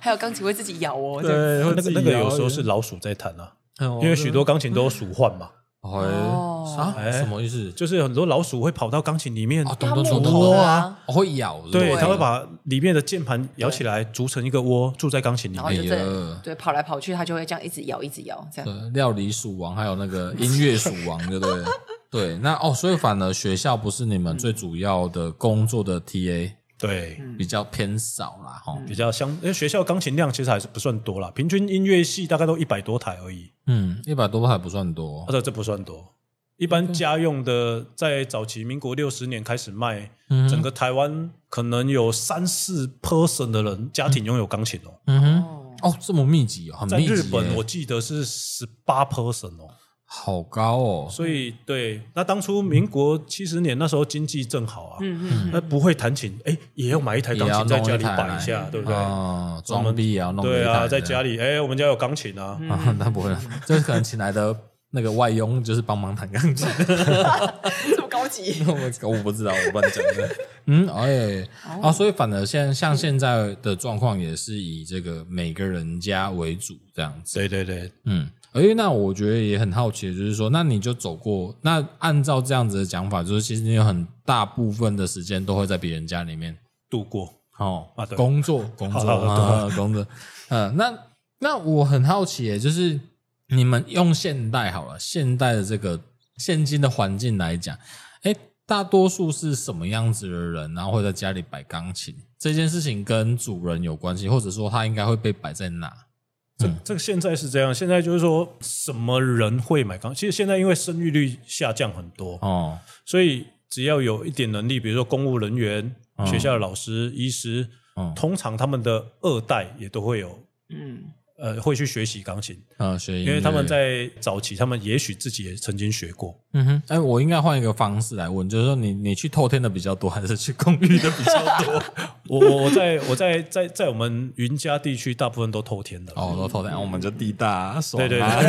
还有钢琴会自己咬哦，这样对，会那自个己那个摇哦有时候是老鼠在弹啊，因 <laughs> 因为许多钢琴都有鼠患嘛，哦哎啊，哎什么意思？就就是有很多老鼠会跑到钢琴里面啊，，因咚为咚它木咚头咚的啊，啊，哦会咬，是不是对，它会把里面的键盘摇起来，组成一个窝，住在钢琴里然后面。就哎这呀对跑来跑去，它就会这样一直咬，一直咬，这样。对料理鼠王，还有那个音乐鼠王，对不对？ <laughs> 对，那哦，所以反而学校不是你们最主要的工作的 TA，对，比较偏少啦，哈，比较相，因为学校钢琴量其实还是不算多啦，平均音乐系大概都一百多台而已，嗯，一百多还不算多啊，，这这不算多。一嗯般家用的，在早期民国六十年开始卖，嗯整个台湾可能有三四 person 的人家庭拥有钢琴哦。嗯哼，哦，哦，这么密集哦，很在密集耶，日本我记得是十八 person 哦，好高哦，所以对，那当初民国七十年那时候经济正好啊，嗯嗯，那不会弹琴，哎，也要买一台嗯哦钢琴在家里摆一也要下，对不对？啊，装逼也要弄对啊，在里。家里，哎，我们家有钢琴啊，啊， <laughs> 那不会啦，就是可能请来的那个外佣就是帮忙弹钢琴， <laughs> 这么高级， <laughs> 我我不知道，我乱讲的。嗯，哎，啊，所以反而现像现在的状况也是以这个每个人家为主这样子。对对对，嗯，哎，那我觉得也很好奇，就是说，那你就走过，那按照这样子的讲法，就是其实你有很大部分的时间都会在别人家里面度过。哦啊对工 <laughs> 作工作好好好啊工作，嗯，那那我很好奇耶，就是你们用现代好了，现代的这个现今的环境来讲，哎，大多数是什么样子的人，然后会在家里摆钢琴这件事情跟主人有关系，或者说他应该会被摆在哪？这这个现在是这样，现在就是说什么人会买钢？其实现在因为生育率下降很多，哦，所以只要有一点能力，比如说公务人员、嗯学校的老师、医师，嗯通常他们的二代也都会有嗯，呃会去学习钢琴，呃，学音因为乐他们在早期，他们也许自己也曾经学过。嗯哼，哎，我应该换一个方式来问，就是说你你去透天的比较多，还是去公寓的比较多？我我我在我在在在我们云嘉地区，大部分都透天的， <laughs> 哦，都透天，啊我们就地大，爽对对啊对，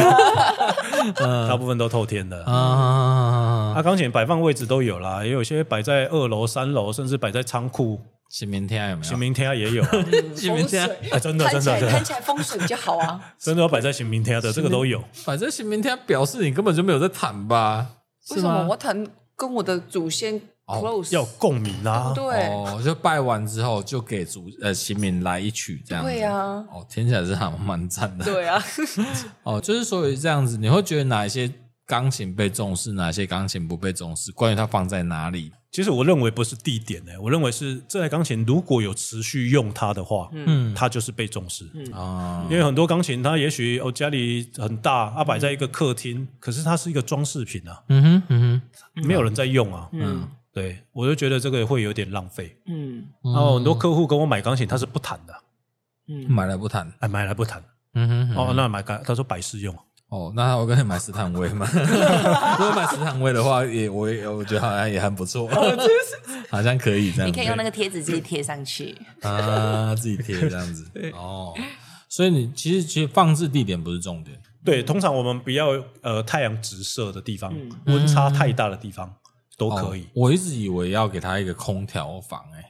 嗯大部分都透天的。 <laughs> 啊，啊，钢琴摆放位置都有啦，也有些摆在二楼、三楼，甚至摆在仓库、新明天有没有？行明天也有啊，新明天，啊真的看真起的来真看的起来风水比较好啊， <laughs> 真的要摆在行明天的，这个都有。反正新明天表示你根本就没有在谈吧？为什么我弹跟我的祖先 close 要有共鸣啊，对哦，就拜完之后就给主呃新民来一曲这样子。对啊哦，听起来是还蛮赞的。对啊，哦，就是所以这样子，你会觉得哪一些钢琴被重视，哪些钢琴不被重视？关于它放在哪里？其实我认为不是地点呢、我认为是这台钢琴如果有持续用它的话，嗯，它就是被重视。啊、因为很多钢琴，它也许哦家里很大，它摆在一个客厅，可是它是一个装饰品啊，嗯哼，嗯没有人在用啊。嗯对，我就觉得这个会有点浪费。 <laughs> 嗯哼，然后哦很多客户跟我买钢琴，他是不弹的，嗯，买了不弹。哎，买来不弹。嗯哼，哦哦，那买钢，他说摆饰用。哦，那我跟你买斯坦威嘛， <laughs> 如果买斯坦威的话，也我也我觉得好像也很不错， <laughs> 好像可以这样。你可以用那个贴纸自己贴上去，啊，自己贴这 <laughs> 样子。哦，所以你其实其实放置地点不是重点，对，通常我们不要呃太阳直射的地方，温差太大的地方都可以哦。我一直以为要给他一个空调房、欸，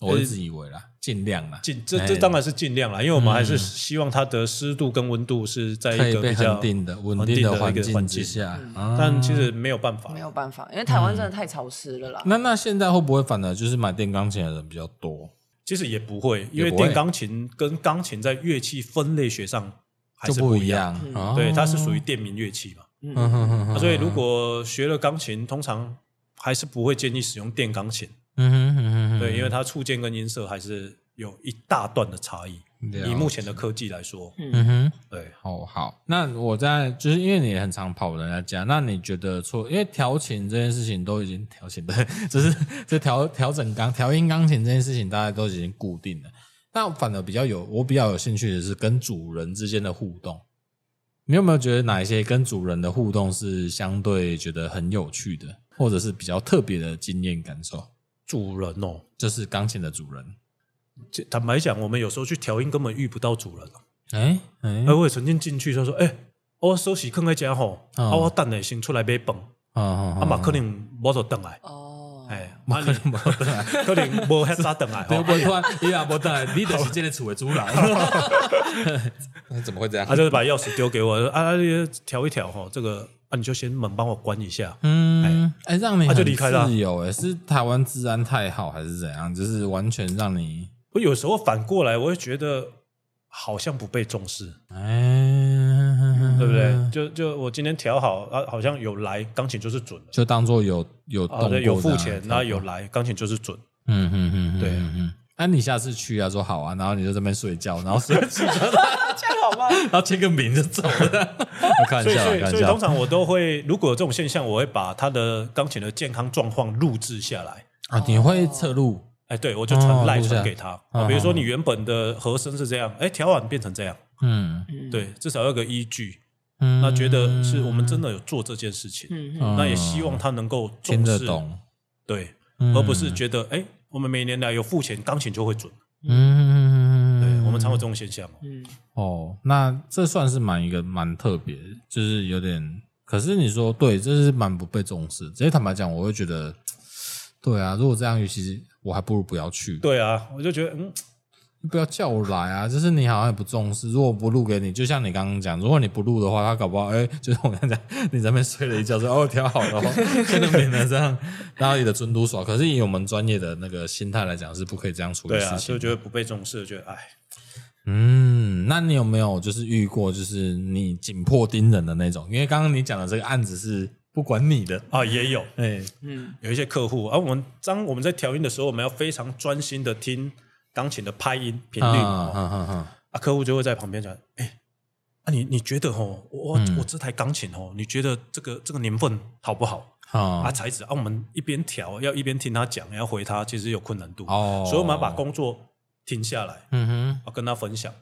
我一直以为啦，尽量啦，尽这哎嗯这当然是尽量啦，因为我们还是希望它的湿度跟温度是在可一以个被比较恒定的、稳定的的一个境环之境下。啊但其实没有办法没，有办法，因为台湾真的太潮湿了啦。那那现在会不会反而就是买电钢琴的人比较多，其实也不会，因也为不会电钢琴跟钢琴在乐器分类学上还就是不一一样。样？嗯啊对，它是属于电民乐器嘛，嗯嗯哼哼啊哼，所以如果学了钢琴，通常还是不会建议使用电钢琴，嗯哼哼哼哼，对，因为它触键跟音色还是有一大段的差异。了解以目前的科技来说，嗯哼。对，哦，好，那我在就是因为你也很常跑人家家，那你觉得错？因为调琴这件事情都已经调琴对，就是这调调整钢调音钢琴这件事情，大家都已经固定了。那反而比较有我比较有兴趣的是跟主人之间的互动，你有没有觉得哪一些跟主人的互动是相对觉得很有趣的，或者是比较特别的经验感受？主人哦，就是钢琴的主人。这坦白讲，我们有时候去调音根本遇不到主人、啊。哎哎哎、我也曾经进去，他说：“哎、我收洗坑在家吼，嗯啊，我等下先出来买饭，啊啊啊，嘛可能无就等来， <laughs> 哦，哎，嘛可能无等来， <laughs> 可能无遐早 <laughs> 等来对，吼我。突然伊也无带，你就是这个厝的主人。 <laughs> 那怎么会这样他？啊就是把钥匙丢给我，说啊，啊你调一调吼，这个啊，你就先门帮我关一下。嗯，哎，让你他就很离开了啊自由，哎，是台湾治安太好还是怎样？就是完全让你我有时候反过来，我会觉得好像不被重视，哎，对不对？？就就我今天调好啊，好像有来，钢琴就是准的，就当做有有动啊，过这对样，有付钱，然后有来，钢琴就是准。嗯嗯嗯，对嗯嗯。那你下次去啊，说好啊，然后你就在那边睡 <laughs> 觉，然后睡，这样好吗？ <laughs> 然后签个名就走了。我看一所以，下，所以，看一所以下通。常我都会，如果有这种现象，我会把他的钢琴的健康状况录制下来。啊，你会侧录哎，对，我就传哦赖录下传给他。嗯啊比如说嗯你原本的和声是这样，哎，调完变成这样，嗯，对，至少要有个依据。嗯那觉得是我们真的有做这件事情，嗯嗯那也希望他能够听重得视，懂，对，嗯而不是觉得哎，我们每年来有付钱，钢琴就会准。嗯，对，我们常有这种现象嘛。嗯，哦，那这算是蛮一个蛮特别，就是有点。可是你说对，这是蛮不被重视。直接坦白讲，我会觉得，对啊，如果这样，尤其是我还不如不要去，对啊，我就觉得嗯，不要叫我来啊。就是你好像也不重视，如果我不录给你，就像你刚刚讲，如果你不录的话，他搞不好，哎、就像我刚才讲，你在那边睡了一觉说哦调好了哦， <laughs> 真的没能这样， <laughs> 然后你的尊嘟耍。可是以我们专业的那个心态来讲，是不可以这样处理对事啊，情就的。觉得不被重视，觉得哎，嗯，那你有没有就是遇过就是你紧迫盯人的那种？因为刚刚你讲的这个案子是不管你的，啊也有，哎、嗯有一些客户啊，我们当我们在调音的时候，我们要非常专心的听钢琴的拍音频率啊哦啊啊啊啊！客户就会在旁边讲，哎、啊你你觉得哦，我、我嗯这台钢琴哦，你觉得这个这个年份好不好？啊啊材质啊，我们一边调要一边听他讲，要回他，其实有困难度，哦所以我们要把工作停下来，嗯啊跟他分享。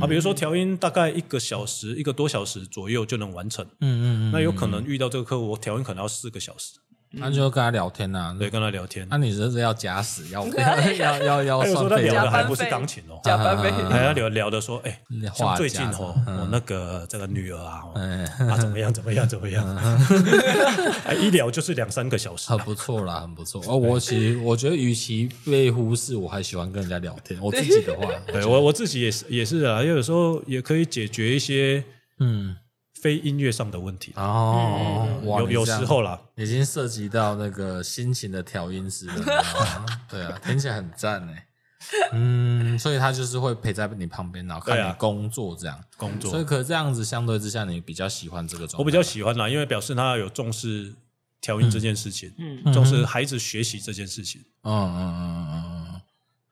啊，比如说调音大概一个小时、一个多小时左右就能完成，哼，嗯嗯嗯，那有可能遇到这个客户，我调音可能要四个小时，那就跟他聊天呐、啊。对，，跟他聊天。那、你这是要假死，要要 <laughs> 要要要还有哦算说他费聊用的还不是钢琴哦，加班费啊还要聊聊的说，哎、画像家最近哦，嗯我那个这个女儿啊，哦哎嗯啊怎么样怎么样怎么样， <laughs> 哎一聊就是两三个小时很。不错啦，很不错。哦，我其实我觉得，与其被忽视，我还喜欢跟人家聊天。我自己的话，对我我自己也是也是啊，因为有时候也可以解决一些嗯，非音乐上的问题，然后啊哇嗯有你有这时样候啦，已经涉及到那个心情的调音师了，你知道吗对啊，听起来很赞 <laughs> 哎。嗯，所以他就是会陪在你旁边，然后对看啊你工作这样。工所以作可这样子相对之下，你比较喜欢这个状态。我比较喜欢啦，因为表示他有重视调音这件事情，嗯重视孩子学习这件事情。嗯嗯嗯嗯嗯。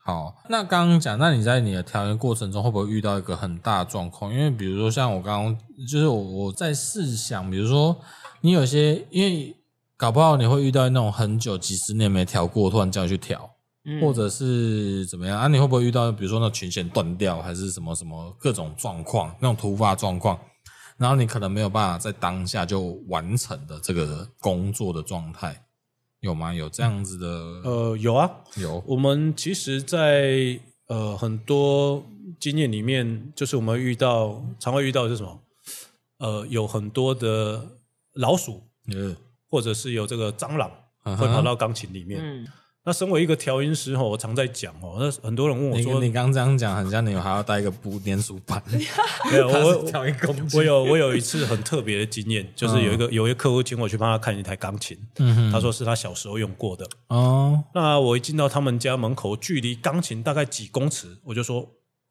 好，那刚刚讲，那你在你的调研过程中会不会遇到一个很大的状况？因为比如说像我刚刚，就是我我在试想，比如说你有些因为搞不好你会遇到那种很久几十年没调过，突然叫你去调，嗯嗯或者是怎么样啊？你会不会遇到比如说那群弦断掉，还是什么什么各种状况，那种突发状况，然后你可能没有办法在当下就完成的这个工作的状态，有吗？有这样子的？呃，有啊，有，我们其实在，呃很多经验里面，就是我们遇到常会遇到的是什么？呃，有很多的老鼠，嗯或者是有这个蟑螂嗯哼会呃跑到钢琴里面。嗯那身为一个调音师吼，我常在讲哦，那很多人问我你说，你刚刚这样讲，很像你还要带一个布粘鼠 <laughs> 板，没有我它是调音工具嗯我有我有一次很特别的经验， <laughs> 就是有一个有一个客户请我去帮他看一台钢琴，他说是他小时候用过的。哦，那我一进到他们家门口，距离钢琴大概几公尺，我就说，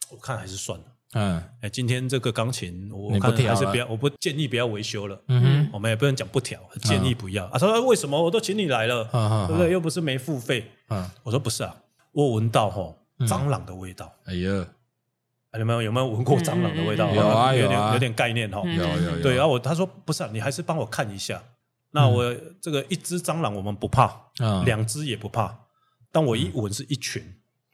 我看还是算了。嗯哎，今天这个钢琴，我你不看调还是了不要，我不建议不要维修了。哦嗯我们也不能讲不调，建议不要。啊，他说为什么？我都请你来了，嗯嗯对不对？又不是没付费。嗯，我说不是啊，我闻到吼蟑螂的味道。哎呀，啊你们有没有闻过蟑螂的味嗯道？嗯嗯有啊有有啊点有点概念哈。嗯有有有，对，然后我他说不是啊，你还是帮我看一下。那我这个一只蟑螂我们不怕嗯，两只也不怕，但我一闻是一群，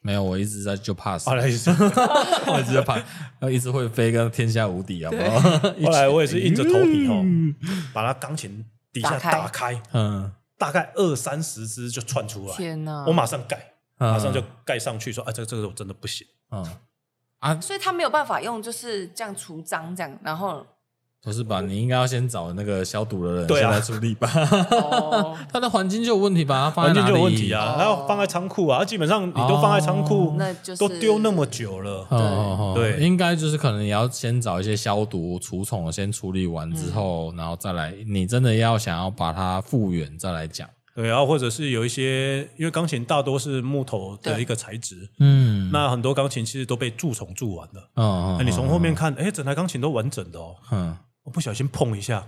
没有，我一直在就 pass， <laughs> 后来也是，我一直在 <laughs> pass，呃一直会飞跟天下无敌，好不好？后来我也是硬着头皮哦，把它钢琴底下打开打开，嗯，大概二三十只就窜出来，天啊哪！我马上盖，嗯马上就盖上去说啊，这这个我真的不行，嗯啊，所以他没有办法用就是这样除脏这样，然后不是吧？你应该要先找那个消毒的人对先啊来处理吧。哦 <laughs> 它的环境就有问题吧？ <laughs> 它放环在境哪就里有问题啊哦，还要放在仓库啊，基本上你都放在仓哦库，那就是都丢那么久了，哦哦哦对应该就是可能你要先找一些消毒除虫，先处理完之后，然后再来，你真的要想要把它复原再来讲。对，然后或者是有一些，因为钢琴大多是木头的对一个材质，嗯，那很多钢琴其实都被蛀虫蛀完了。嗯那你从后面看，哎，整台钢琴都完整的哦，嗯，我不小心碰一下，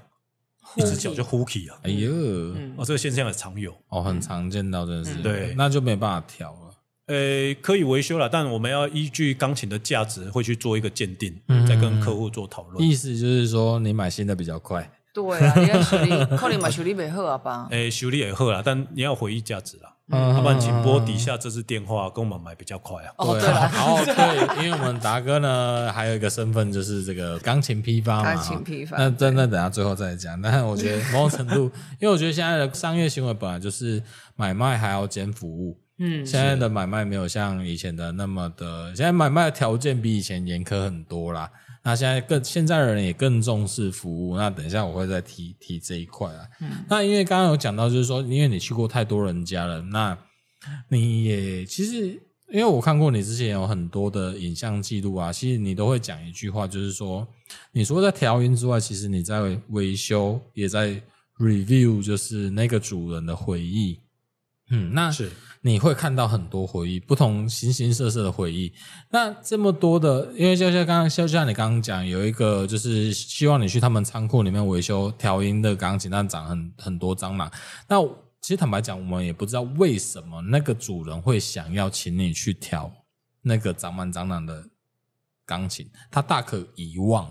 一只脚就呼起啊，哎呦，嗯哦，这个现象也常有。哦，很常见到，真的是，嗯对那就没办法调了。呃，可以维修了，但我们要依据钢琴的价值会去做一个鉴定，嗯再跟客户做讨论。意思就是说，你买新的比较快。对啊，你看处理，可能嘛处理不好啊 <laughs> 吧？哎，修理也好啦，但你要回忆价值啦，嗯要不然请拨底下这支电话跟我们买比较快啊。哦，对啊了， <laughs> 哦对，因为我们达哥呢还有一个身份就是这个钢琴批发嘛，钢琴批发啊那真的等下最后再讲。但是我 <laughs> 觉得某种程度，因为我觉得现在的商业行为本来就是买卖还要兼服务。嗯，现在的买卖没有像以前的那么的，现在买卖的条件比以前严苛很多啦。那现在更现在的人也更重视服务。那等一下我会再提提这一块啊。嗯那因为刚刚有讲到，就是说，因为你去过太多人家了，那你也其实，因为我看过你之前有很多的影像记录啊，其实你都会讲一句话，就是说，你除了在调音之外，其实你在维修，也在 review，就是那个主人的回忆。嗯，那是你会看到很多回忆，不同形形色色的回忆。那这么多的，因为就像刚刚，就像你刚刚讲，有一个就是希望你去他们仓库里面维修调音的钢琴，但长很很多蟑螂。那其实坦白讲，我们也不知道为什么那个主人会想要请你去调那个长满蟑螂的钢琴，他大可遗忘，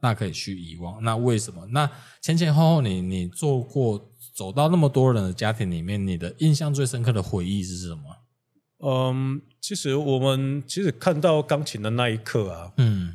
大可以去遗忘。那为什么？那前前后后你你做过走到那么多人的家庭里面，你的印象最深刻的回忆是什么？嗯，其实我们其实看到钢琴的那一刻啊，嗯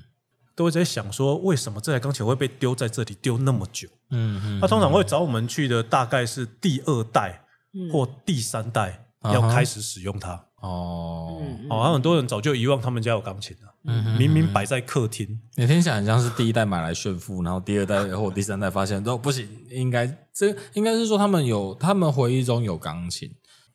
都会在想说，为什么这台钢琴会被丢在这里丢那么久？嗯嗯他通常会找我们去的大概是第二代嗯或第三代嗯要啊哈开始使用它。哦，嗯哦，很多人早就遗忘他们家有钢琴了，嗯明明摆在客厅。你听起来很像是第一代买来炫富，然后第二代或第三代发现都不行，应该这应该是说他们有他们回忆中有钢琴，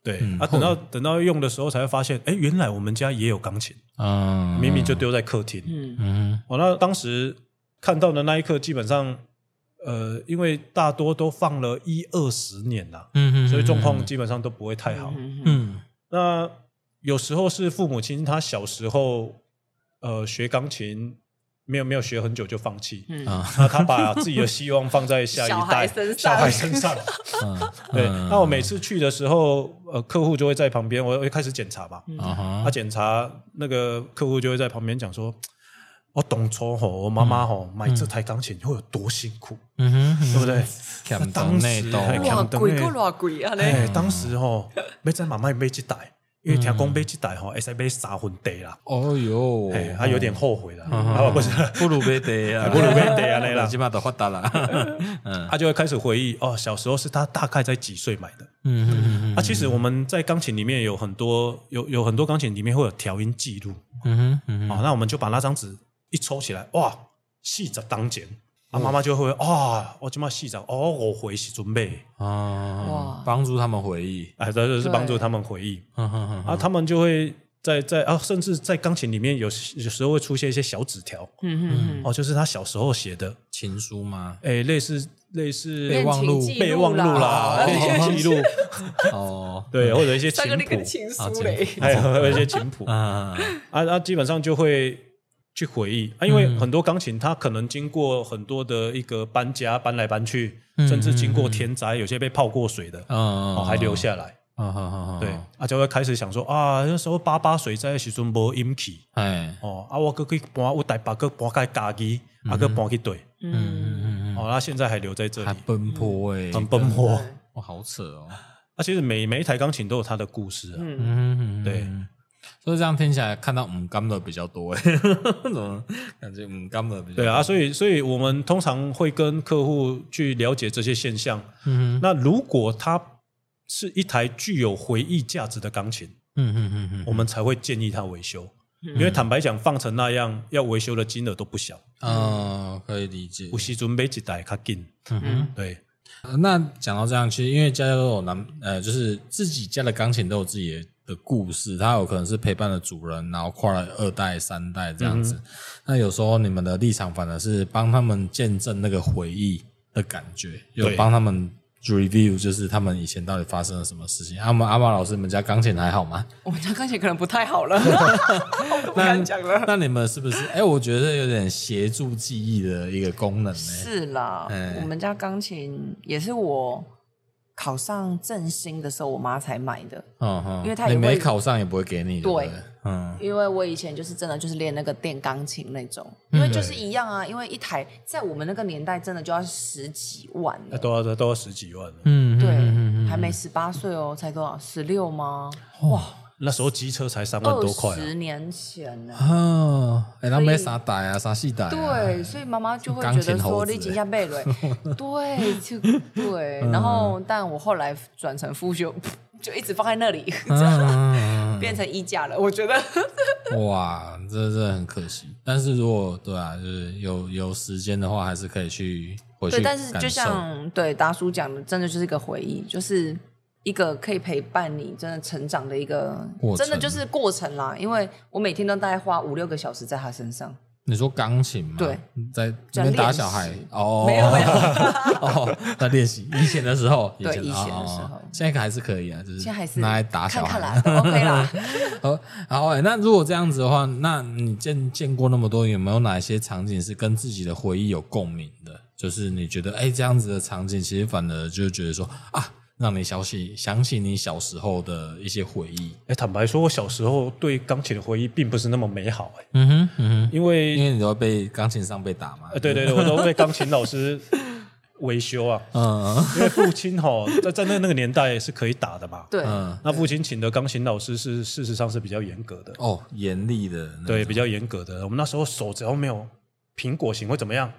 对嗯啊，等到等到用的时候才会发现，哎，原来我们家也有钢琴，嗯明明就丢在客厅。嗯嗯哦，那当时看到的那一刻，基本上，呃，因为大多都放了一二十年啦，嗯所以状况基本上都不会太好。嗯嗯嗯那有时候是父母亲他小时候呃学钢琴，没有没有学很久就放弃，嗯啊那他把自己的希望放在下小一孩代身上小孩身上。嗯对，那我每次去的时候，呃，客户就会在旁边，我我会开始检查嘛，啊哈他检查那个客户就会在旁边讲说。我懂错吼，我妈妈吼买这台钢琴会有多辛苦，嗯哼，对不对？欠那东当内时东还哇，欠东贵的够偌贵啊嘞！哎、当时吼，要在妈妈买一台，因为听讲买一台吼，会使买三分地啦，哦哟，哎、他有点后悔了，嗯啊，不是，不如别得啊，不如买地安尼啦起码都发达啦。嗯他就会开始回忆哦，小时候是他大概在几岁买的。嗯啊，其实我们在钢琴里面有很多有有很多钢琴里面会有调音记录，嗯嗯啊，那我们就把那张纸一抽起来，哇，细着当前，啊，妈妈就会啊，我今嘛细着，哦，我回去准备，啊哇，帮助他们回忆。哎，这就是对帮助他们回忆。嗯哼哼哼啊，他们就会在在啊，甚至在钢琴里面有有时候会出现一些小纸条，嗯嗯哦，就是他小时候写的，情书吗？哎，类似类似备忘录恋情记备忘录啦，哦啊一些记录， <laughs> 哦，对，或者一些琴三个那个谱，情啊书情嘞，谱 <laughs> 还有还有一些琴谱啊 <laughs> 啊，啊，基本上就会去回忆啊，因为很多钢琴它可能经过很多的一个搬家搬来搬去，甚至经过天灾，有些被泡过水的，哦，嗯，还留下来，嗯，好好好，对，啊，就会开始想说啊，那时候八八水灾的时阵无引起。哎，哦，啊，我搁去搬，我台北搁搬去家己，啊，搁搬去对，嗯，嗯嗯哦，那现在还留在这嗯，还里，奔波哎，很奔波。哇，好扯哦。啊，其实每每一台钢琴都有它的故事啊，嗯嗯，对。所以这样听起来，看到嗯干的比较多 <laughs> 哎、欸，怎么感觉嗯干的比较多对啊，，所以所以我们通常会跟客户去了解这些现象。嗯哼那如果它是一台具有回忆价值的钢琴，嗯哼嗯哼，我们才会建议它维修。因为坦白讲，放成那样，要维修的金额都不小。呃可以理解有。时准备一台较紧，嗯哼。对，呃那讲到这样，其实因为家家都有男，呃，就是自己家的钢琴都有自己的故事，它有可能是陪伴了主人，然后跨了二代、三代这嗯样子。那有时候你们的立场反而是帮他们见证那个回忆的感觉，有对帮他们 review，就是他们以前到底发生了什么事情。阿妈阿妈老师，你们家钢琴还好吗？我们家钢琴可能不太好了，我 <laughs> 都不敢讲了。那你们是不是？哎、我觉得有点协助记忆的一个功能呢、是啦，哎我们家钢琴也是我考上正兴的时候，我妈才买的。嗯哼，因为它也你没会考上也不会给你的。对不嗯。因为我以前就是真的就是练那个电钢琴那种，因为就是一样啊，因为一台在我们那个年代真的就要十几万那了，都要都要十几万了。呃嗯，对嗯，还没十八岁哦，才多少十六吗？那时候机车才三万二多块、啊，十年前呢、哦，哎，那所以没啥打啊，啥戏打啊。对，所以妈妈就会钢觉琴得猴说子嗯你几下背 <laughs> 了，对，就对。然后，但我后来转成复修，就一直放在那里，嗯， <laughs> 变成衣架了。我觉得啊哇，这这很可惜。但是如果对啊，就是有有时间的话，还是可以去回去对，但是感就受像对达叔讲的，真的就是一个回忆，就是一个可以陪伴你真的成长的一个过，真的程就是过程啦。因为我每天都大概花五六个小时在他身上，你说钢琴嘛，对，在那在边打练习小孩哦，没有没有 <laughs> 哦，在练习以前的时候，对以前的哦时哦候哦现在还是可以啊，就是现在还是拿来打小看孩看啦，都 OK 啦。 <laughs> 好，好、欸，那如果这样子的话，那你见见过那么多，有没有哪些场景是跟自己的回忆有共鸣的？就是你觉得，哎、这样子的场景，其实反而就觉得说啊，让你想起想起你小时候的一些回忆。哎、坦白说，我小时候对钢琴的回忆并不是那么美好、哎，嗯哼，嗯哼，因为因为你都会被钢琴上被打嘛。呃，对对对，我都被钢琴老师维 <laughs> 修啊，嗯因为父亲哈，在在那那个年代是可以打的嘛。对，嗯，那父亲请的钢琴老师是事实上是比较严格的，哦，严厉的那种，对，比较严格的。我们那时候手只要没有苹果型会怎么样？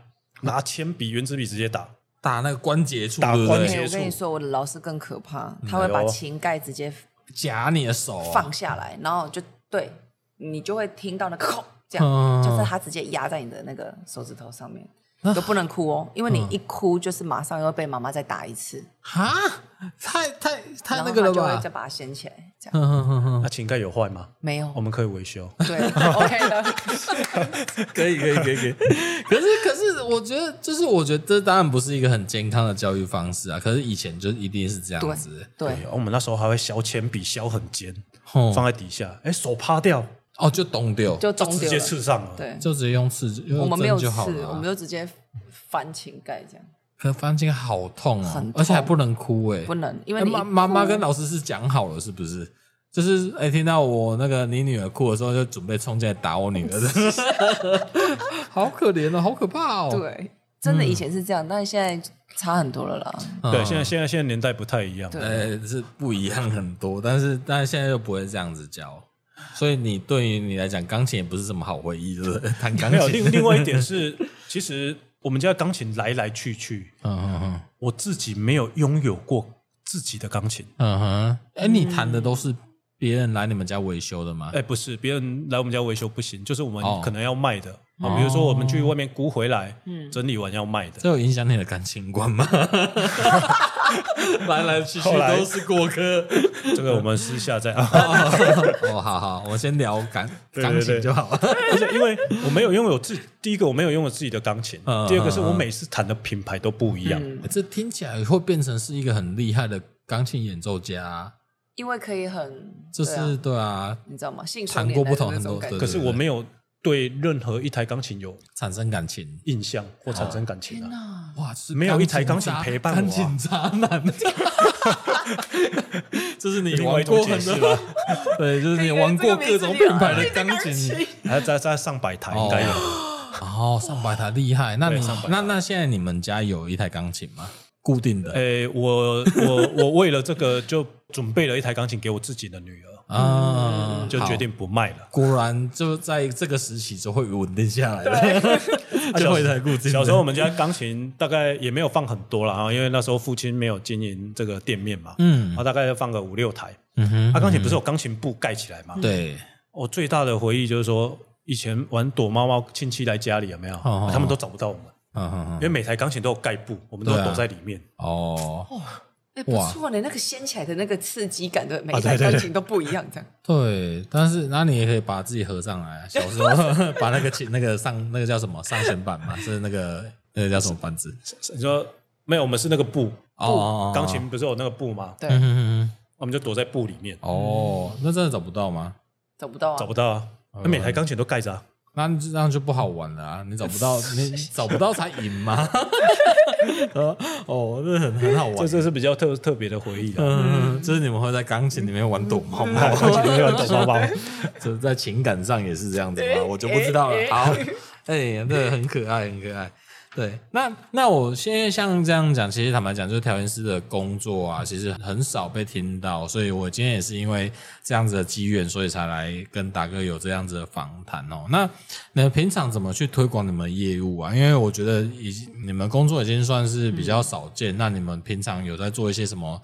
拿铅笔、圆珠笔直接打，打那个关节处，打对不对哎关节我跟你接触说，我的老师更可怕，嗯他会把哎呦琴盖直接夹你的手、啊，放下来，然后就对你就会听到那个扣，这嗯啊样就是他直接压在你的那个手指头上面，都不能哭哦，因为你嗯一哭就是马上又会被妈妈再打一次，哈，太太太然那后个他了就会吧再？把它掀起来，这嗯样哦哼哼哼，那琴盖有坏吗？没我有。们可以维修。对，OK <laughs> 的，可以，可以，可以，可以。 <laughs> 可是，可是，我觉得，就是我觉得这当然不是一个很健康的教育方式啊。可是以前就一定是这样子，对对，我们那时候还会削铅笔，削很尖，哦放在底下，哎，手趴掉哦，就懂丢，就就就中直丢接了。刺上了。对，就直接用刺，我用们没有针刺，就好了、啊我们就直接翻琴盖这样，可翻筋好痛哦、很痛而且还不能哭哎、不能，因为哎你妈妈妈跟老老师是讲好了，是不是？就是哎、听到我那个你女儿哭的时候，就准备冲进来打我女儿， <laughs> <laughs> 好可怜哦，好可怕哦。对，真的以前是这样，但是现在差很多了啦。嗯对，现在现在现在年代不太一样。对呃，是不一样很多，但是但是现在又不会这样子教，所以你对于你来讲，钢琴也不是什么好回忆，对不 <laughs> 对？弹钢没有，琴，另另外一点是，其实我们家钢琴来来去去， <laughs> 嗯嗯嗯我自己没有拥有过自己的钢琴。嗯哼，哎，你弹的都是别人来你们家维修的吗？哎，不是，别人来我们家维修不行，就是我哦们可能要卖的啊，比如说我们去外面估回来，嗯整理完要卖的。这有影响你的感情观 <laughs> 吗？来来去去后来都是过客。这个我们私下再， <laughs> 啊 <laughs> 哦，好好，我先聊钢对对钢琴对就好了。而且因为我没有拥有自己，第一个我没有拥有自己的钢琴嗯，第二个是我每次弹的品牌都不一样。嗯，这听起来会变成是一个很厉害的钢琴演奏家啊，因为可以很，这对啊是对啊，你知道吗？信手谈拈过来不的同那很种多感的觉可是我没有对任何一台钢琴有产生感情。印象或产生感情哦天啊。哪，哇，是没有一台钢琴渣陪伴我啊钢琴渣男， <laughs> 这是你另外玩一种过解很释多，吧， <laughs> 对，哎就是你玩过各种品牌的钢琴，还要再再上百台应该有。 <laughs> 哦，上百台厉害。那你对上百台那那现在你们家有一台钢琴吗？哎固定的？哎诶，我我我为了这个就准备了一台钢琴给我自己的女儿，啊，嗯就好决定不卖了。果然就在这个时期就会稳定下来的， <laughs> 就会很固定的。小时候我们家钢琴大概也没有放很多了啊，因为那时候父亲没有经营这个店面嘛，嗯然后大概放个五六台。啊嗯哼，他钢琴不是有钢琴布盖起来嘛？对，我最大的回忆就是说，以前玩躲猫猫，亲戚来家里有没有？哦他们都找不到我们，嗯哼因哼，为每台钢琴都有盖布，我们都对啊躲在里面。哦，哎，不错呢，那个掀起来的那个刺激感，对，每啊一台对对钢对琴都不一样，这样。对，但是那你也可以把自己合上来啊。小时候把那个琴那个上那个叫什么上弦板嘛，是那个那个叫什么板子？你说没有？我们是那个布，哦啊哦，哦钢，琴不是有那个布吗？对，嗯哼哼哼，我们就躲在布里面，哦，那真的找不到吗？找不到啊，找不到啊。哦那每台钢琴都盖着啊，那这样就不好玩了啊！你找不到，你找不到才赢嘛。 <laughs> 哦，这很很好玩这这是比较特特别的回忆啊。嗯，就是你们会在钢琴里面玩躲猫猫，钢琴没有人躲猫猫，这在情感上也是这样子吗？我就不知道了。好，哎呀，这很可爱，很可爱。对，那那我现在像这样讲，其实坦白讲，就是调音师的工作啊，其实很少被听到，所以我今天也是因为这样子的机缘，所以才来跟达哥有这样子的访谈哦。那你们平常怎么去推广你们的业务啊？因为我觉得已经你们工作已经算是比较少见，那你们平常有在做一些什么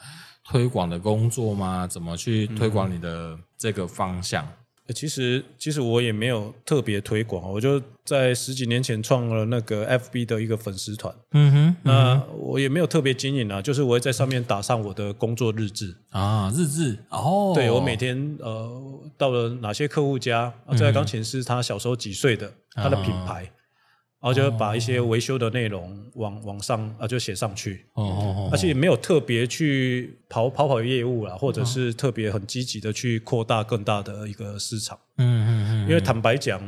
推广的工作吗？怎么去推广你的这个方向？呃其实其实我也没有特别推广啊，我就在十几年前创了那个 FB 的一个粉丝团，嗯哼，那我也没有特别经营啊，就是我会在上面打上我的工作日志，啊，日志哦，对我每天呃到了哪些客户家，啊、嗯这个钢琴师他小时候几岁的，他的品啊牌，然后就哦会把一些维修的内容往往上啊就写上去，哦哦而且也没有特别去跑跑跑业务啦，或哦者是特别很积极的去扩大更大的一个市场，嗯嗯嗯，因为坦白讲，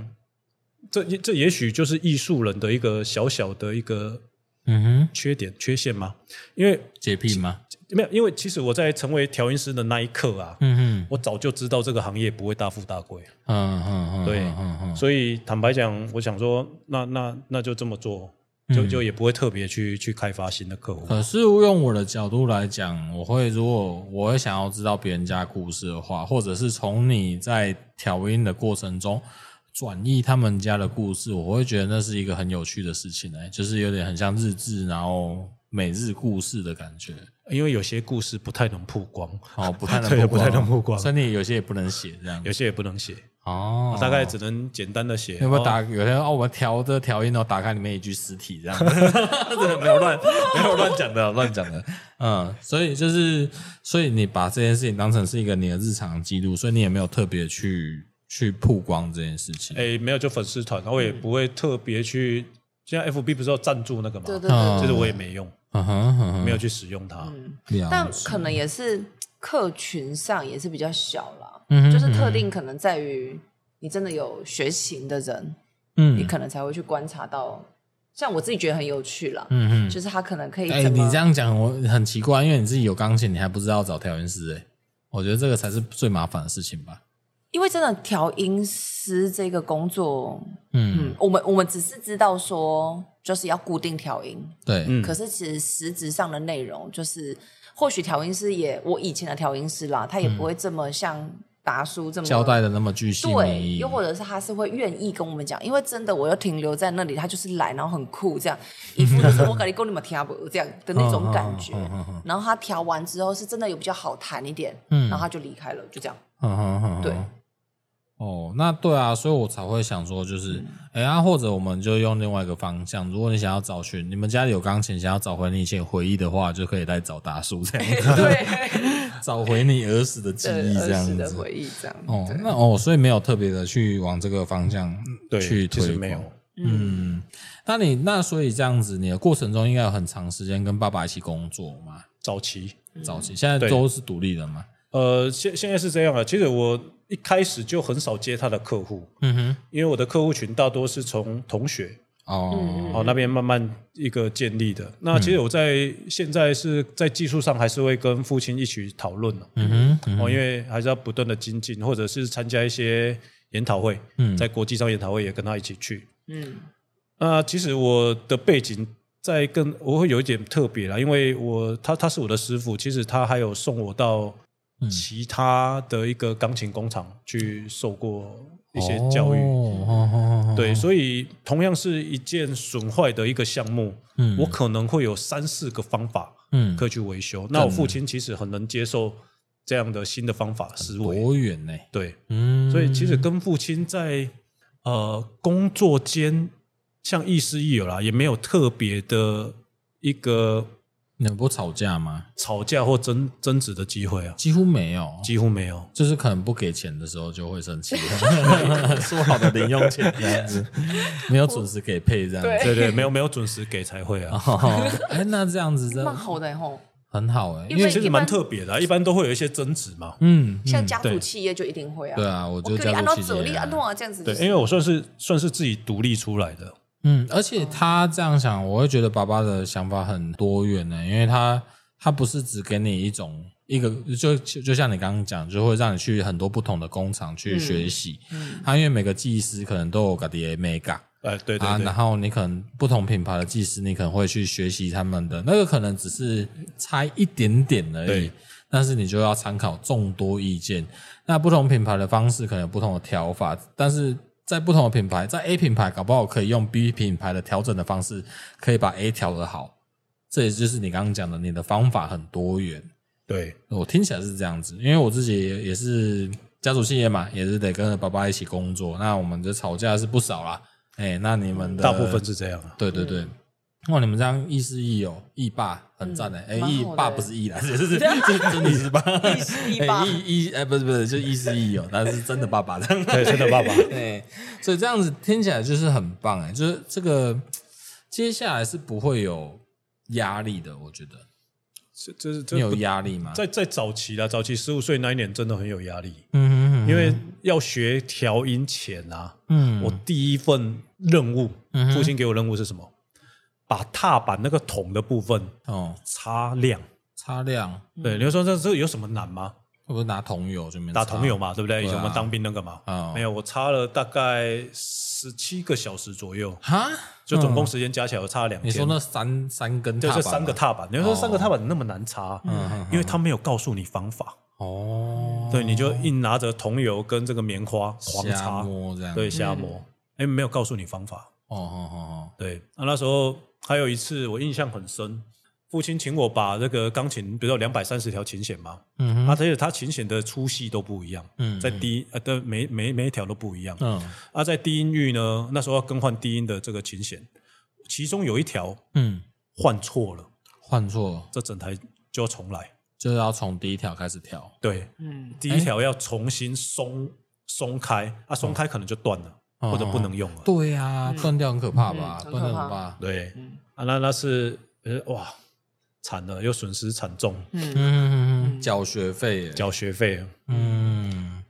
这也这也许就是艺术人的一个小小的一个嗯哼，缺点缺陷嘛，因为洁癖吗？没有，因为其实我在成为调音师的那一刻啊，嗯哼，我早就知道这个行业不会大富大贵，嗯嗯嗯，对嗯嗯，所以坦白讲，我想说，那那那就这么做，就嗯就也不会特别去去开发新的客户。可是用我的角度来讲，我会如果我会想要知道别人家故事的话，或者是从你在调音的过程中转译他们家的故事，我会觉得那是一个很有趣的事情哎、就是有点很像日志，然后每日故事的感觉，因为有些故事不太能曝光，哦，不太能 <laughs> 对曝光，不太能曝光所以你有些也不能写这样有些也不能写，哦，大概只能简单的写。有没有哦打？有些哦，我们调这调音哦，打开里面一具尸体这样，真 <laughs> 的没有乱没有乱讲的乱讲的，嗯，所以就是所以你把这件事情当成是一个你的日常记录，所以你也没有特别去去曝光这件事情。哎、没有就粉丝团，然后我也嗯不会特别去。现在 FB 不是要赞助那个吗？对对嗯对，嗯就是我也没用，嗯哼嗯哼，没有去使用它。有但可能也是客群上也是比较小啦，嗯哼就是特定可能在于你真的有学琴的人，你嗯可能才会去观察到。像我自己觉得很有趣啦，嗯就是他可能可以嗯，哎，怎么你这样讲我很奇怪，因为你自己有钢琴，你还不知道找调音师哎、我觉得这个才是最麻烦的事情吧。因为真的调音师这个工作，嗯，嗯，我们我们只是知道说就是要固定调音，对，嗯可是其实实质上的内容就是，或许调音师也我以前的调音师啦，他也不会这么像达叔这嗯么交代的那么具细靡对，遗，又或者是他是会愿意跟我们讲，因为真的我又停留在那里，他就是来，然后很酷这样，一副就是我感觉够你们听不这样的那种感觉嗯嗯嗯嗯嗯嗯。然后他调完之后是真的有比较好弹一点，嗯然后他就离开了，就这样。嗯哼哼哼对。哦，那对啊，所以我才会想说，就是，嗯哎、呀、或者我们就用另外一个方向，如果你想要找寻，你们家里有钢琴，想要找回你以前回忆的话，就可以来找达叔这样，对，找回你儿时的记忆这儿样时的子。回忆这样。哦对，那哦，所以没有特别的去往这个方向对，去其推实广没有。嗯，那你那所以这样子，你的过程中应该有很长时间跟爸爸一起工作嘛？早期，嗯早期现在对都是独立人嘛？呃，现现在是这样啊。其实我一开始就很少接他的客户，嗯哼，因为我的客户群大多是从同学嗯哦，哦那边慢慢一个建立的。嗯那其实我在现在是在技术上还是会跟父亲一起讨论的、嗯哼，嗯哦，因为还是要不断的精进，或者是参加一些研讨会，嗯在国际上研讨会也跟他一起去。嗯，那呃其实我的背景在跟我会有一点特别啦，因为我他他是我的师傅，其实他还有送我到嗯其他的一个钢琴工厂去受过一些教育。哦哦哦哦对，所以同样是一件损坏的一个项目，嗯我可能会有三四个方法嗯，可以去维修。那我父亲其实很能接受这样的新的方法思维，多远呢？对，嗯，所以其实跟父亲在呃工作间像亦师亦友啦，也没有特别的一个你们不吵架吗？吵架或争争执的机会啊，几乎没有，几乎没有。就是可能不给钱的时候就会生 <laughs> 气，说好的零用 <laughs> 钱这样子，没有准时给配这样子。对 <laughs> 对对，没有没有准时给才会啊，哦哎，那这样子真蛮的好的吼。很好哎，因因为为其实蛮特别的啊、一般都会有一些争执嘛。嗯，像家族对企业就一定会啊。对啊，我我就跟你家按族照企走力业按照啊这样子就对，是，因为我算是算是自己独立出来的，嗯，而且他这样想，我会觉得爸爸的想法很多元呢，因为他他不是只给你一种一个，就就像你刚刚讲，就会让你去很多不同的工厂去学习。嗯他因为每个技师可能都有个的 mega 哎、对对啊，对，然后你可能不同品牌的技师，你可能会去学习他们的那个，可能只是差一点点而已对。但是你就要参考众多意见，那不同品牌的方式可能有不同的调法，但是在不同的品牌，在 A 品牌搞不好可以用 B 品牌的调整的方式，可以把 A 调得好。这也就是你刚刚讲的，你的方法很多元。对，我听起来是这样子，因为我自己也也是家族企业嘛，也是得跟着爸爸一起工作。那我们的吵架是不少啦，哎、那你们的大部分是这样啊。 <laughs> 对对嗯对，哇，你们这样亦师亦友，亦霸很赞的。哎，嗯蛮亦好的欸霸不是亦 <laughs> 啦，是 <laughs> 是是，是真的是霸，亦师亦 <laughs> 霸哎亦亦哎不是不是，就亦师亦友，但是真的爸 <laughs> 爸这样。对，真的爸爸，对，所以这样子听起来就是很棒哎，就是这个接下来是不会有压力的，我觉得这这是你这有不压力吗？在在早期啦，早期十五岁那一年真的很有压力，嗯因为要学调音前啊，嗯我第一份任务嗯，哼父亲给我任务是什么？把踏板那个筒的部分哦擦亮。擦亮，对，你会说这这有什么难吗？我不是拿桐油这边打桐油吗？嘛，对不对？以对啊前我们当兵那个嘛哦，没有，我擦了大概十七个小时左右，哈，就总共嗯时间加起来我擦了两你天说。那三三根就踏这板吗，啊哦三个踏板，你会说三个踏板那么难擦？嗯因为他没有告诉你方法，哦，对，你就硬拿着桐油跟这个棉花狂瞎擦，摸嗯这样，对，瞎磨，哎，没有告诉你方法，哦哦哦对，啊那那时候还有一次我印象很深，父亲请我把这个钢琴，比如说两百三十条琴弦嘛，哦，嗯啊，而哼，且它琴弦的粗细都不一样，嗯在低呃的每每每一条都不一样，嗯啊，在低音域呢，那时候要更换低音的这个琴弦，其中有一条嗯，换错了，换错这整台就要重来，就是要从第一条开始调，对，嗯，第一条要重新松松开，啊，松开可能就断了，哦或者不能用了，对呀，断掉很可怕吧嗯？很可断掉很可怕怕，对，嗯啊，那那是呃哇，惨了，又损失惨重。嗯，缴学费耶，缴学费了。嗯，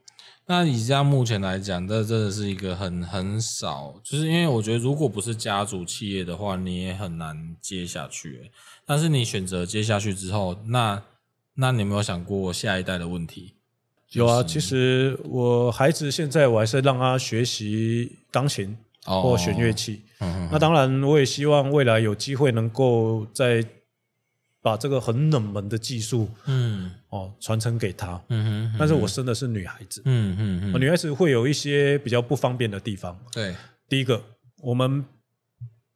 那以这样目前来讲，这真的是一个很很少，就是因为我觉得如果不是家族企业的话，你也很难接下去欸。但是你选择接下去之后，那那你有没有想过下一代的问题？有啊，其实我孩子现在我还是让他学习钢琴哦或弦乐器。嗯那当然，我也希望未来有机会能够再把这个很冷门的技术嗯哦传承给他。嗯哼，但是我生的是女孩子，嗯嗯哦嗯，女孩子会有一些比较不方便的地方。对，第一个，我们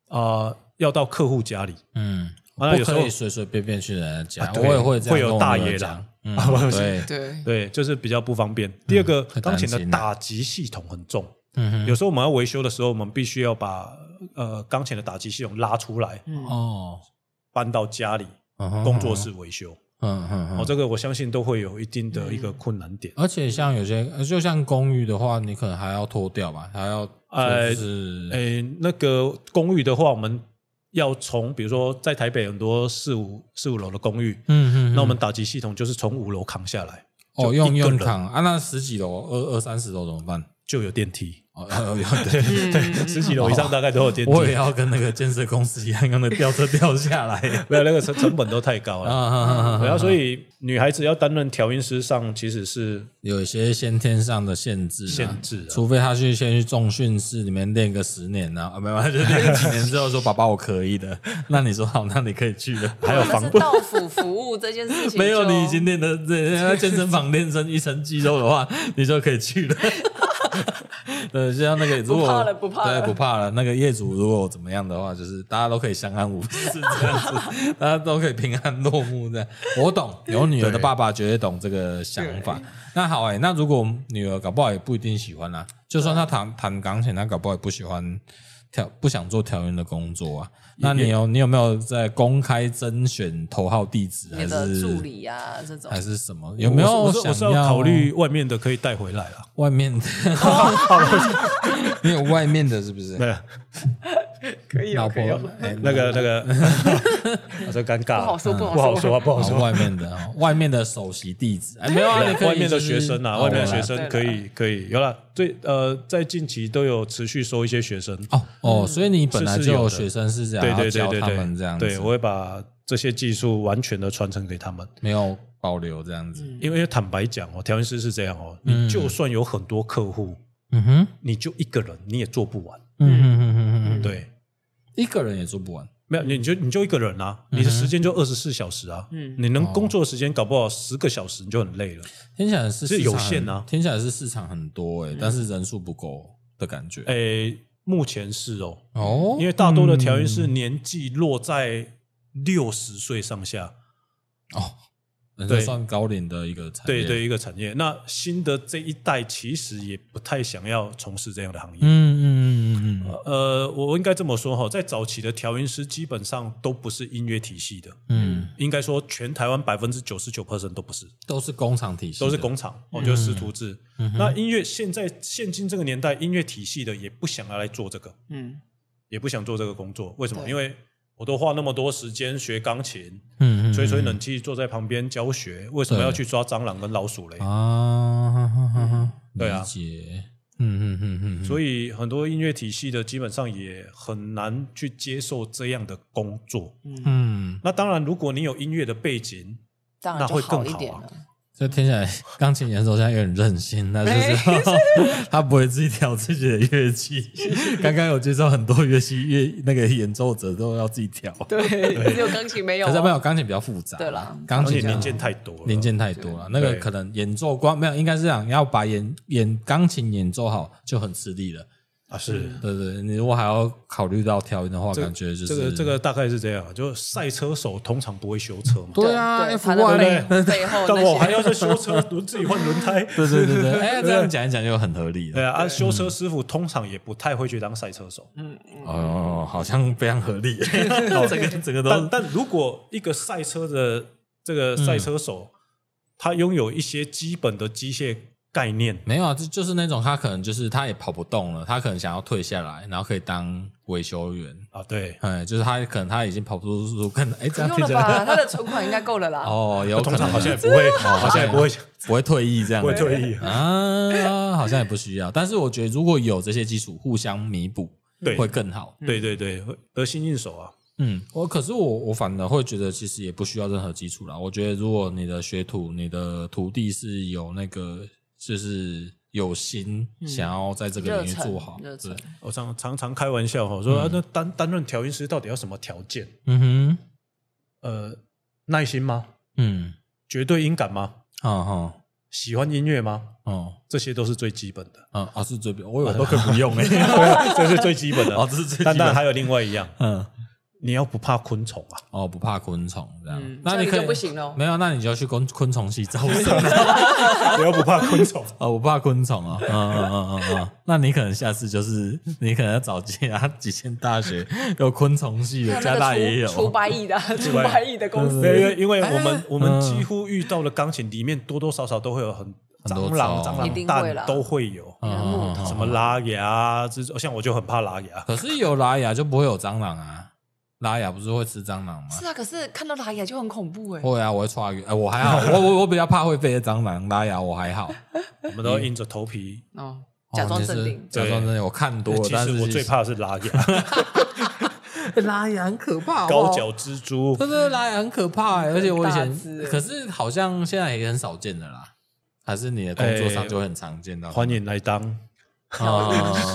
啊、要到客户家里，嗯，啊那不有时可候以随随便便去人家啊家，对我也会这样会有跟我大女儿爷讲啦嗯 <laughs> 啊不是对，对，对，就是比较不方便。第二个，嗯很担钢琴的心啊打击系统很重。嗯哼，有时候我们要维修的时候，我们必须要把呃钢琴的打击系统拉出来，嗯哦，搬到家里嗯哼工作，室维修。嗯嗯嗯哦，，这个我相信都会有一定的一个困难点。而且像有些，呃就像公寓的话，你可能还要脱掉吧，还要呃就是、诶，那个公寓的话，我们要从比如说在台北很多四五四五楼的公寓，嗯嗯，那我们打击系统就是从五楼扛下来。哦就用一个用人扛啊，那十几楼、二二三十楼怎么办？就有电梯，哦，有有 <laughs> 对，对，十几楼以上大概都有电嗯梯。哦我也要跟那个建设公司一样，让它吊车掉下来 <laughs> 没有那个成成本都太高啊了。啊啊啊！然后，所以女孩子要担任调音师上，其实是有一些先天上的限制啊，限制啊除非他去先去重训室里面练个十年呢、啊，啊，没有，他就练几年之后说：“爸爸，我可以的。”那你说好，那你可以去了。还有他们防是到府服务这件事 <laughs> 情就， <laughs> 没有，你已经练的在健身房练成一身肌肉的 <laughs> 话，你就可以去了。对，就像那个，如果不怕了不怕了对，不怕了。那个业主如果怎么样的话，就是大家都可以相安无 <laughs> 事这样子，大家都可以平安落幕这样。我懂，有女儿的爸爸绝对懂这个想法。那好哎、那如果女儿搞不好也不一定喜欢啦、啊就算她弹弹钢琴，她搞不好也不喜欢调，不想做调音的工作啊。那你有你有没有在公开甄选头号弟子，还你的是助理啊这种还，是什么？有没有我是我是我是想啊要考虑外面的可以带回来啊。外面 <laughs> 的？ <laughs> 你有外面的是不是？对，啊可以哦老婆，哎那个那个， <laughs> 我这尴尬了，不好说不好说不好说啊，不好哦说。外面的哦，外面的首席弟子，哎，没有啊，你可以外面的就是学生啊，哦外面的学对生啦可以可以有了。最呃，在近期都有持续收一些学生，哦哦，所以你本来嗯是就有有的学生是这样，对对然对啊后对教他们对，这样子，对我会把这些技术完全的传承给他们。没有保留这样子。因为坦白讲哦，调音师是这样哦，你就算有很多客户，嗯哼，你就一个人你也做不完。嗯哼哼哼哼，对，一个人也做不完。没有你你就你就一个人啊，你的时间就二十四小时啊，嗯你能工作时间搞不好十个小时你就很累了。听起来是这市场有限啊嗯很听起来是市场很多哎，但是人数不够的感觉。诶，目前是哦，哦，哎因为大多的调音师年纪落在六十岁上下，哦，那就对算高龄的一个嗯产业。对对一个产业。那新的这一代其实也不太想要从事这样的嗯行业。嗯，嗯嗯嗯嗯呃，我应该这么说哈，在早期的调音师基本上都不是音乐体系的，嗯，应该说全台湾百分之九十九 percent 都不是，都是嗯工厂体系的，都是工厂，我觉得师徒制。嗯那音乐现在现今这个年代，音乐体系的也不想要来做这个，嗯，也不想做这个工作，为什么？对因为我都花那么多时间学钢琴，嗯，嗯嗯吹吹冷气，坐在旁边教学，为什么对要去抓蟑螂跟老鼠嘞？啊，哈哈哈哈对啊理解，嗯嗯嗯嗯，以所以很多音乐体系的基本上也很难去接受这样的工作。嗯，那当然，如果你有音乐的背景，当然那就会更一好点啊了。这听起来钢琴演奏家有点任性，那就是 <laughs> 他不会自己调自己的乐器。 <laughs> 刚刚有介绍很多乐器乐那个演奏者都要自己调，对，只有钢琴没有可啊，是没有钢琴比较复杂，对啦钢而且琴啊零件太多了，零件太多了，那个对可能演奏光没有，应该是这样，要把演演钢琴演奏好就很吃力了。啊是。对对，你如果还要考虑到调音的话，这感觉就是这个这个大概是这样啊，就赛车手通常不会修车嘛，对啊对 F1 他的对背背 <laughs> 后但我哦那还些要再修车，轮自己换轮胎。对嗯对对 <laughs> 对，哎，这样讲一讲就很合理对了。啊，啊，修车师傅通常也不太会去当赛车手，哦，好像非常合 <laughs> 理，哦这个这个但都但如果一个赛车的这个赛车手，他拥有一些基本的机械概念，没有啊，这就是那种他可能就是他也跑不动了，他可能想要退下来，然后可以当维修员。啊，对，哎，就是他可能他已经跑不出速度，可能哎这 <laughs> 样不听用了 <laughs> 起吧？来他的存款应该够了啦。 <laughs> 哦，有可通能常好像也不会，好像也不会不会退役这样，不会退役。啊，好像也不需要。但是我觉得如果有这些基础互相弥补，对会更好。对对对，会得心应手啊，嗯，我可是我我反而会觉得，其实也不需要任何基础啦。我觉得如果你的学徒、你的徒弟是有那个，就是有心想要在这个嗯热领域忱做好，热忱对，我常常常开玩笑哈，说啊，那担担任调音师到底要什么条件？嗯哼，呃，耐心吗？嗯，绝对音感吗？好好，喜欢音乐吗？哦，这些都是最基本的，哦啊啊，是最标，我有都可以不用哎、欸，这是最基本的。哦，这是最但基但本，还有另外一样， <laughs> 嗯，你要不怕昆虫啊？哦，不怕昆虫这样，嗯那这样你你可以就不行咯没有，那你就要去昆昆虫 <laughs> 系招生。你 <laughs> 要不怕昆虫？哦，我怕昆虫啊，嗯嗯嗯嗯嗯，那你可能下次就是你可能要找其他几间大学有昆虫系的，还有加那拿大个也有出，出八 <laughs> 亿的出八亿的公司嗯没，有，因为因为我们哎我们几乎遇到的钢琴里面多多少少都会有很很多蟑螂、虫蟑一定螂会啦蛋都会有，嗯嗯嗯嗯什么拉牙，啊这种像我就很怕 <laughs> 拉牙。可是有拉雅就不会有蟑螂啊，拉雅不是会吃蟑螂吗？是啊，可是看到拉雅就很恐怖哎。会啊，我会抓鱼，哎，我还好，我我我比较怕会飞的蟑螂，拉雅我还好，我们都硬着头皮哎哦， <laughs> 假装哦镇定你是假装镇定。我看多了，其但实是我最怕的是 <laughs> 拉牙，拉牙，很可怕好不好高脚蜘蛛真的拉牙很可怕、欸，而且我以大只前欸可是好像现在也很少见的啦，还是你的工作上就会很常见到。哎欢迎来当，啊，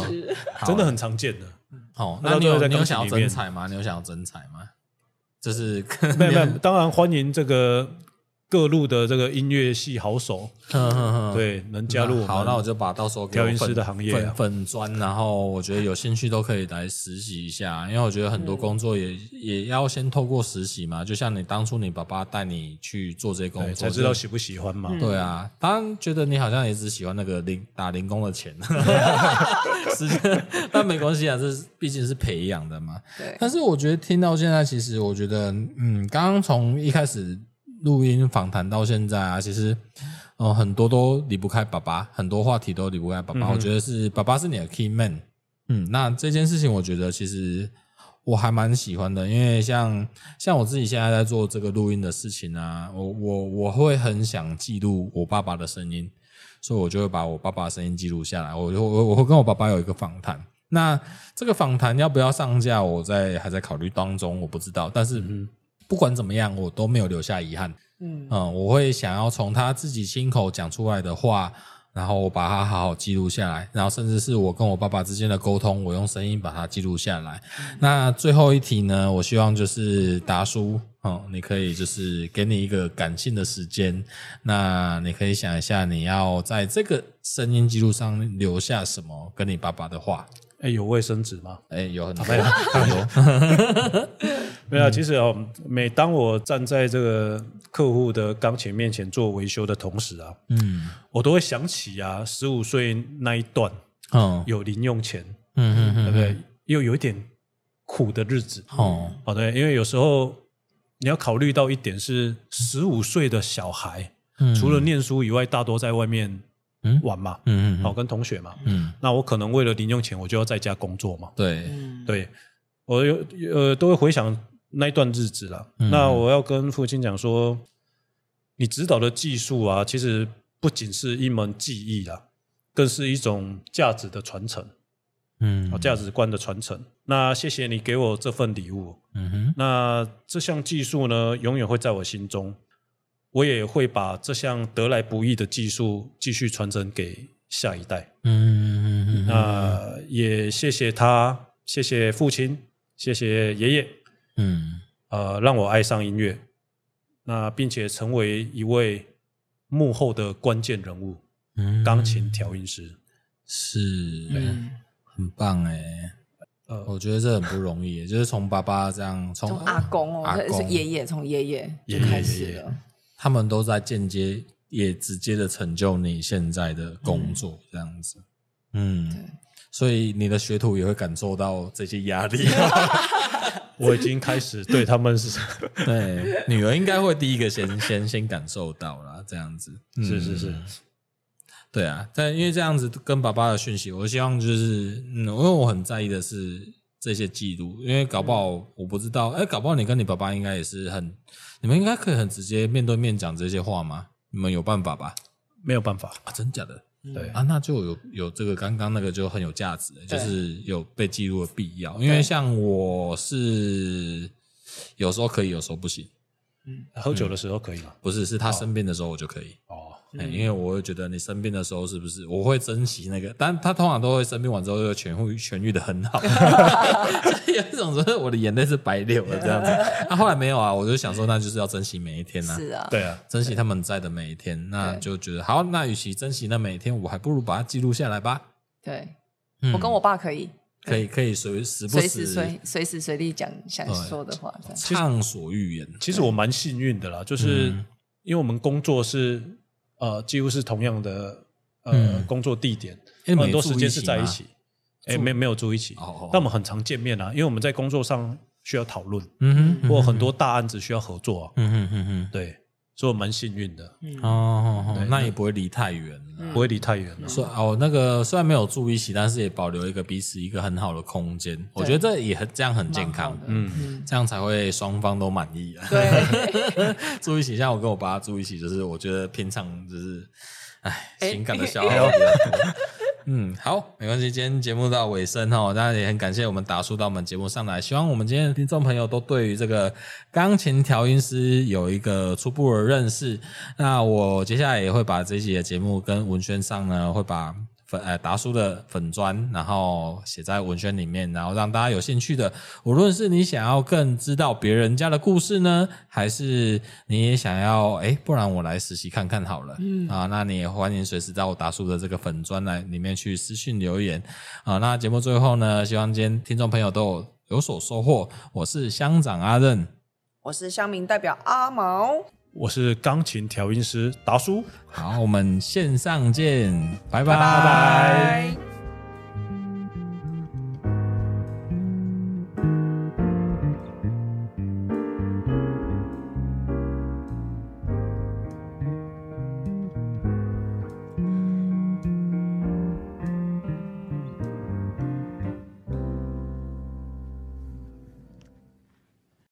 是真的很常见的。好，那那你到最后有在你有钢想要琴里增面彩吗？你有想要增彩吗？就是，没有没有 <laughs> 当然欢迎这个各路的这个音乐系好手，哼哼哼对，能加入我们嗯好，那我就把到时候给我调音师粉的行业啊粉粉砖，然后我觉得有兴趣都可以来实习一下，因为我觉得很多工作也、也要先透过实习嘛，就像你当初你爸爸带你去做这些工对作，才知道就。喜不喜欢嘛。嗯对啊，当然觉得你好像也只喜欢那个零打零工的钱， <laughs> 时间，但没关系啊，这是毕竟是培养的嘛。对，但是我觉得听到现在，其实我觉得，嗯，刚刚从一开始录音访谈到现在啊，其实，呃，很多都离不开爸爸，很多话题都离不开爸爸。我觉得是爸爸是你的 key man。嗯，那这件事情，我觉得其实我还蛮喜欢的，因为像像我自己现在在做这个录音的事情啊，我我我会很想记录我爸爸的声音。所以我就会把我爸爸的声音记录下来。我就我我会跟我爸爸有一个访谈。那这个访谈要不要上架，我在还在考虑当中，我不知道。但是不管怎么样，我都没有留下遗憾。嗯，嗯，我会想要从他自己亲口讲出来的话，然后我把它好好记录下来，然后甚至是我跟我爸爸之间的沟通，我用声音把它记录下来。那最后一题呢，我希望就是达叔，哦、你可以就是给你一个感性的时间，那你可以想一下，你要在这个声音记录上留下什么跟你爸爸的话。哎，有卫生纸吗？哎，有很多，没有很多，没有嗯啊，其实哦，每当我站在这个客户的钢琴面前做维修的同时啊，嗯，我都会想起啊，十五岁那一段 <laughs> 哦，有零用钱，嗯嗯对嗯，不对？又有一点苦的日子，哦，好的，因为有时候你要考虑到一点是，十五岁的小孩，嗯除了，念书以外，大多在外面嗯玩嘛，嗯嗯，好、，跟同学嘛。嗯，那我可能为了零用钱，我就要在家工作嘛。对，嗯，对，我有呃都会回想那一段日子啦。嗯那我要跟父亲讲说，你指导的技术啊，其实不仅是一门技艺啦，更是一种价值的传承，哦嗯好，价值观的传承。那谢谢你给我这份礼物。嗯哼，那这项技术呢，永远会在我心中，我也会把这项得来不易的技术继续传承给下一代。嗯嗯嗯嗯那也谢谢他，谢谢父亲，谢谢爷爷，嗯呃，让我爱上音乐，那并且成为一位幕后的关键人物嗯——钢琴调音师。是，嗯很棒哎，呃，我觉得这很不容易，就是从爸爸这样，从从阿公阿哦，是公爷爷，从爷爷就爷爷开爷始爷了，他们都在间接也直接的成就你现在的工作，这样子，嗯对嗯。所以你的学徒也会感受到这些压 <laughs> 力，我已经开始对 <laughs> 他们是对，女儿应该会第一个先先先感受到啦，这样子，嗯是是是，对啊，但因为这样子跟爸爸的讯息，我希望就是，嗯，因为我很在意的是这些记录，因为搞不好我不知道，哎、搞不好你跟你爸爸应该也是很，你们应该可以很直接面对面讲这些话吗？你们有办法吧？没有办法。啊，真假的？对，啊，那就有有这个刚刚那个就很有价值，就是有被记录的必要，因为对像我是有时候可以，有时候不行，喝酒的时候可以吗？不是哦是他生病的时候我就可以。哦，嗯哎因为我会觉得你生病的时候是不是我会珍惜那个，但他通常都会生病完之后就痊愈痊愈的很 <laughs> 好，所以有一种说我的眼泪是白流了这样 <laughs> 子。那、后来没有啊，我就想说那就是要珍惜每一天啊，是啊，对啊，珍惜他们在的每一天，那对就觉得好，那与其珍惜那每一天，我还不如把它记录下来吧。对，嗯我跟我爸可以可以可以随时不哦随时时随随时随地讲想对说的话，这样畅所欲言，其实我蛮幸运的啦，就是嗯因为我们工作是呃几乎是同样的呃、嗯工作地点，哎你们很多也住时一间是起在吗一起，哎，没没有住一起，哦哦但我们很常见面啊，因为我们在工作上需要讨论，嗯哼，或很多大案子需要合作啊，嗯哼嗯哼对，所以我蛮幸运的，嗯，哦哦，哦那也不会离太远了。嗯不会离太远了。说哦，那个虽然没有住一起，但是也保留一个彼此一个很好的空间，我觉得这也很这样很健康，嗯，嗯，这样才会双方都满意 <laughs> 啊。对，住一起，像我跟我爸住一起，就是我觉得平常就是，哎，哎情感的消耗比较多。 <laughs> 嗯，好，没关系。今天节目到尾声哦，当然也很感谢我们达叔到我们节目上来。希望我们今天的听众朋友都对于这个钢琴调音师有一个初步的认识。那我接下来也会把这期的节目跟文宣上呢，会把粉呃达叔的粉砖，然后写在文宣里面，然后让大家有兴趣的，无论是你想要更知道别人家的故事呢，还是你也想要哎，诶不然我来实习看看好了，嗯啊，那你也欢迎随时到达叔的这个粉砖来里面去私信留言啊。那节目最后呢，希望今天听众朋友都有有所收获。我是乡长阿任，我是乡民代表阿毛，我是钢琴调音师达叔。好，我们线上见，拜拜拜。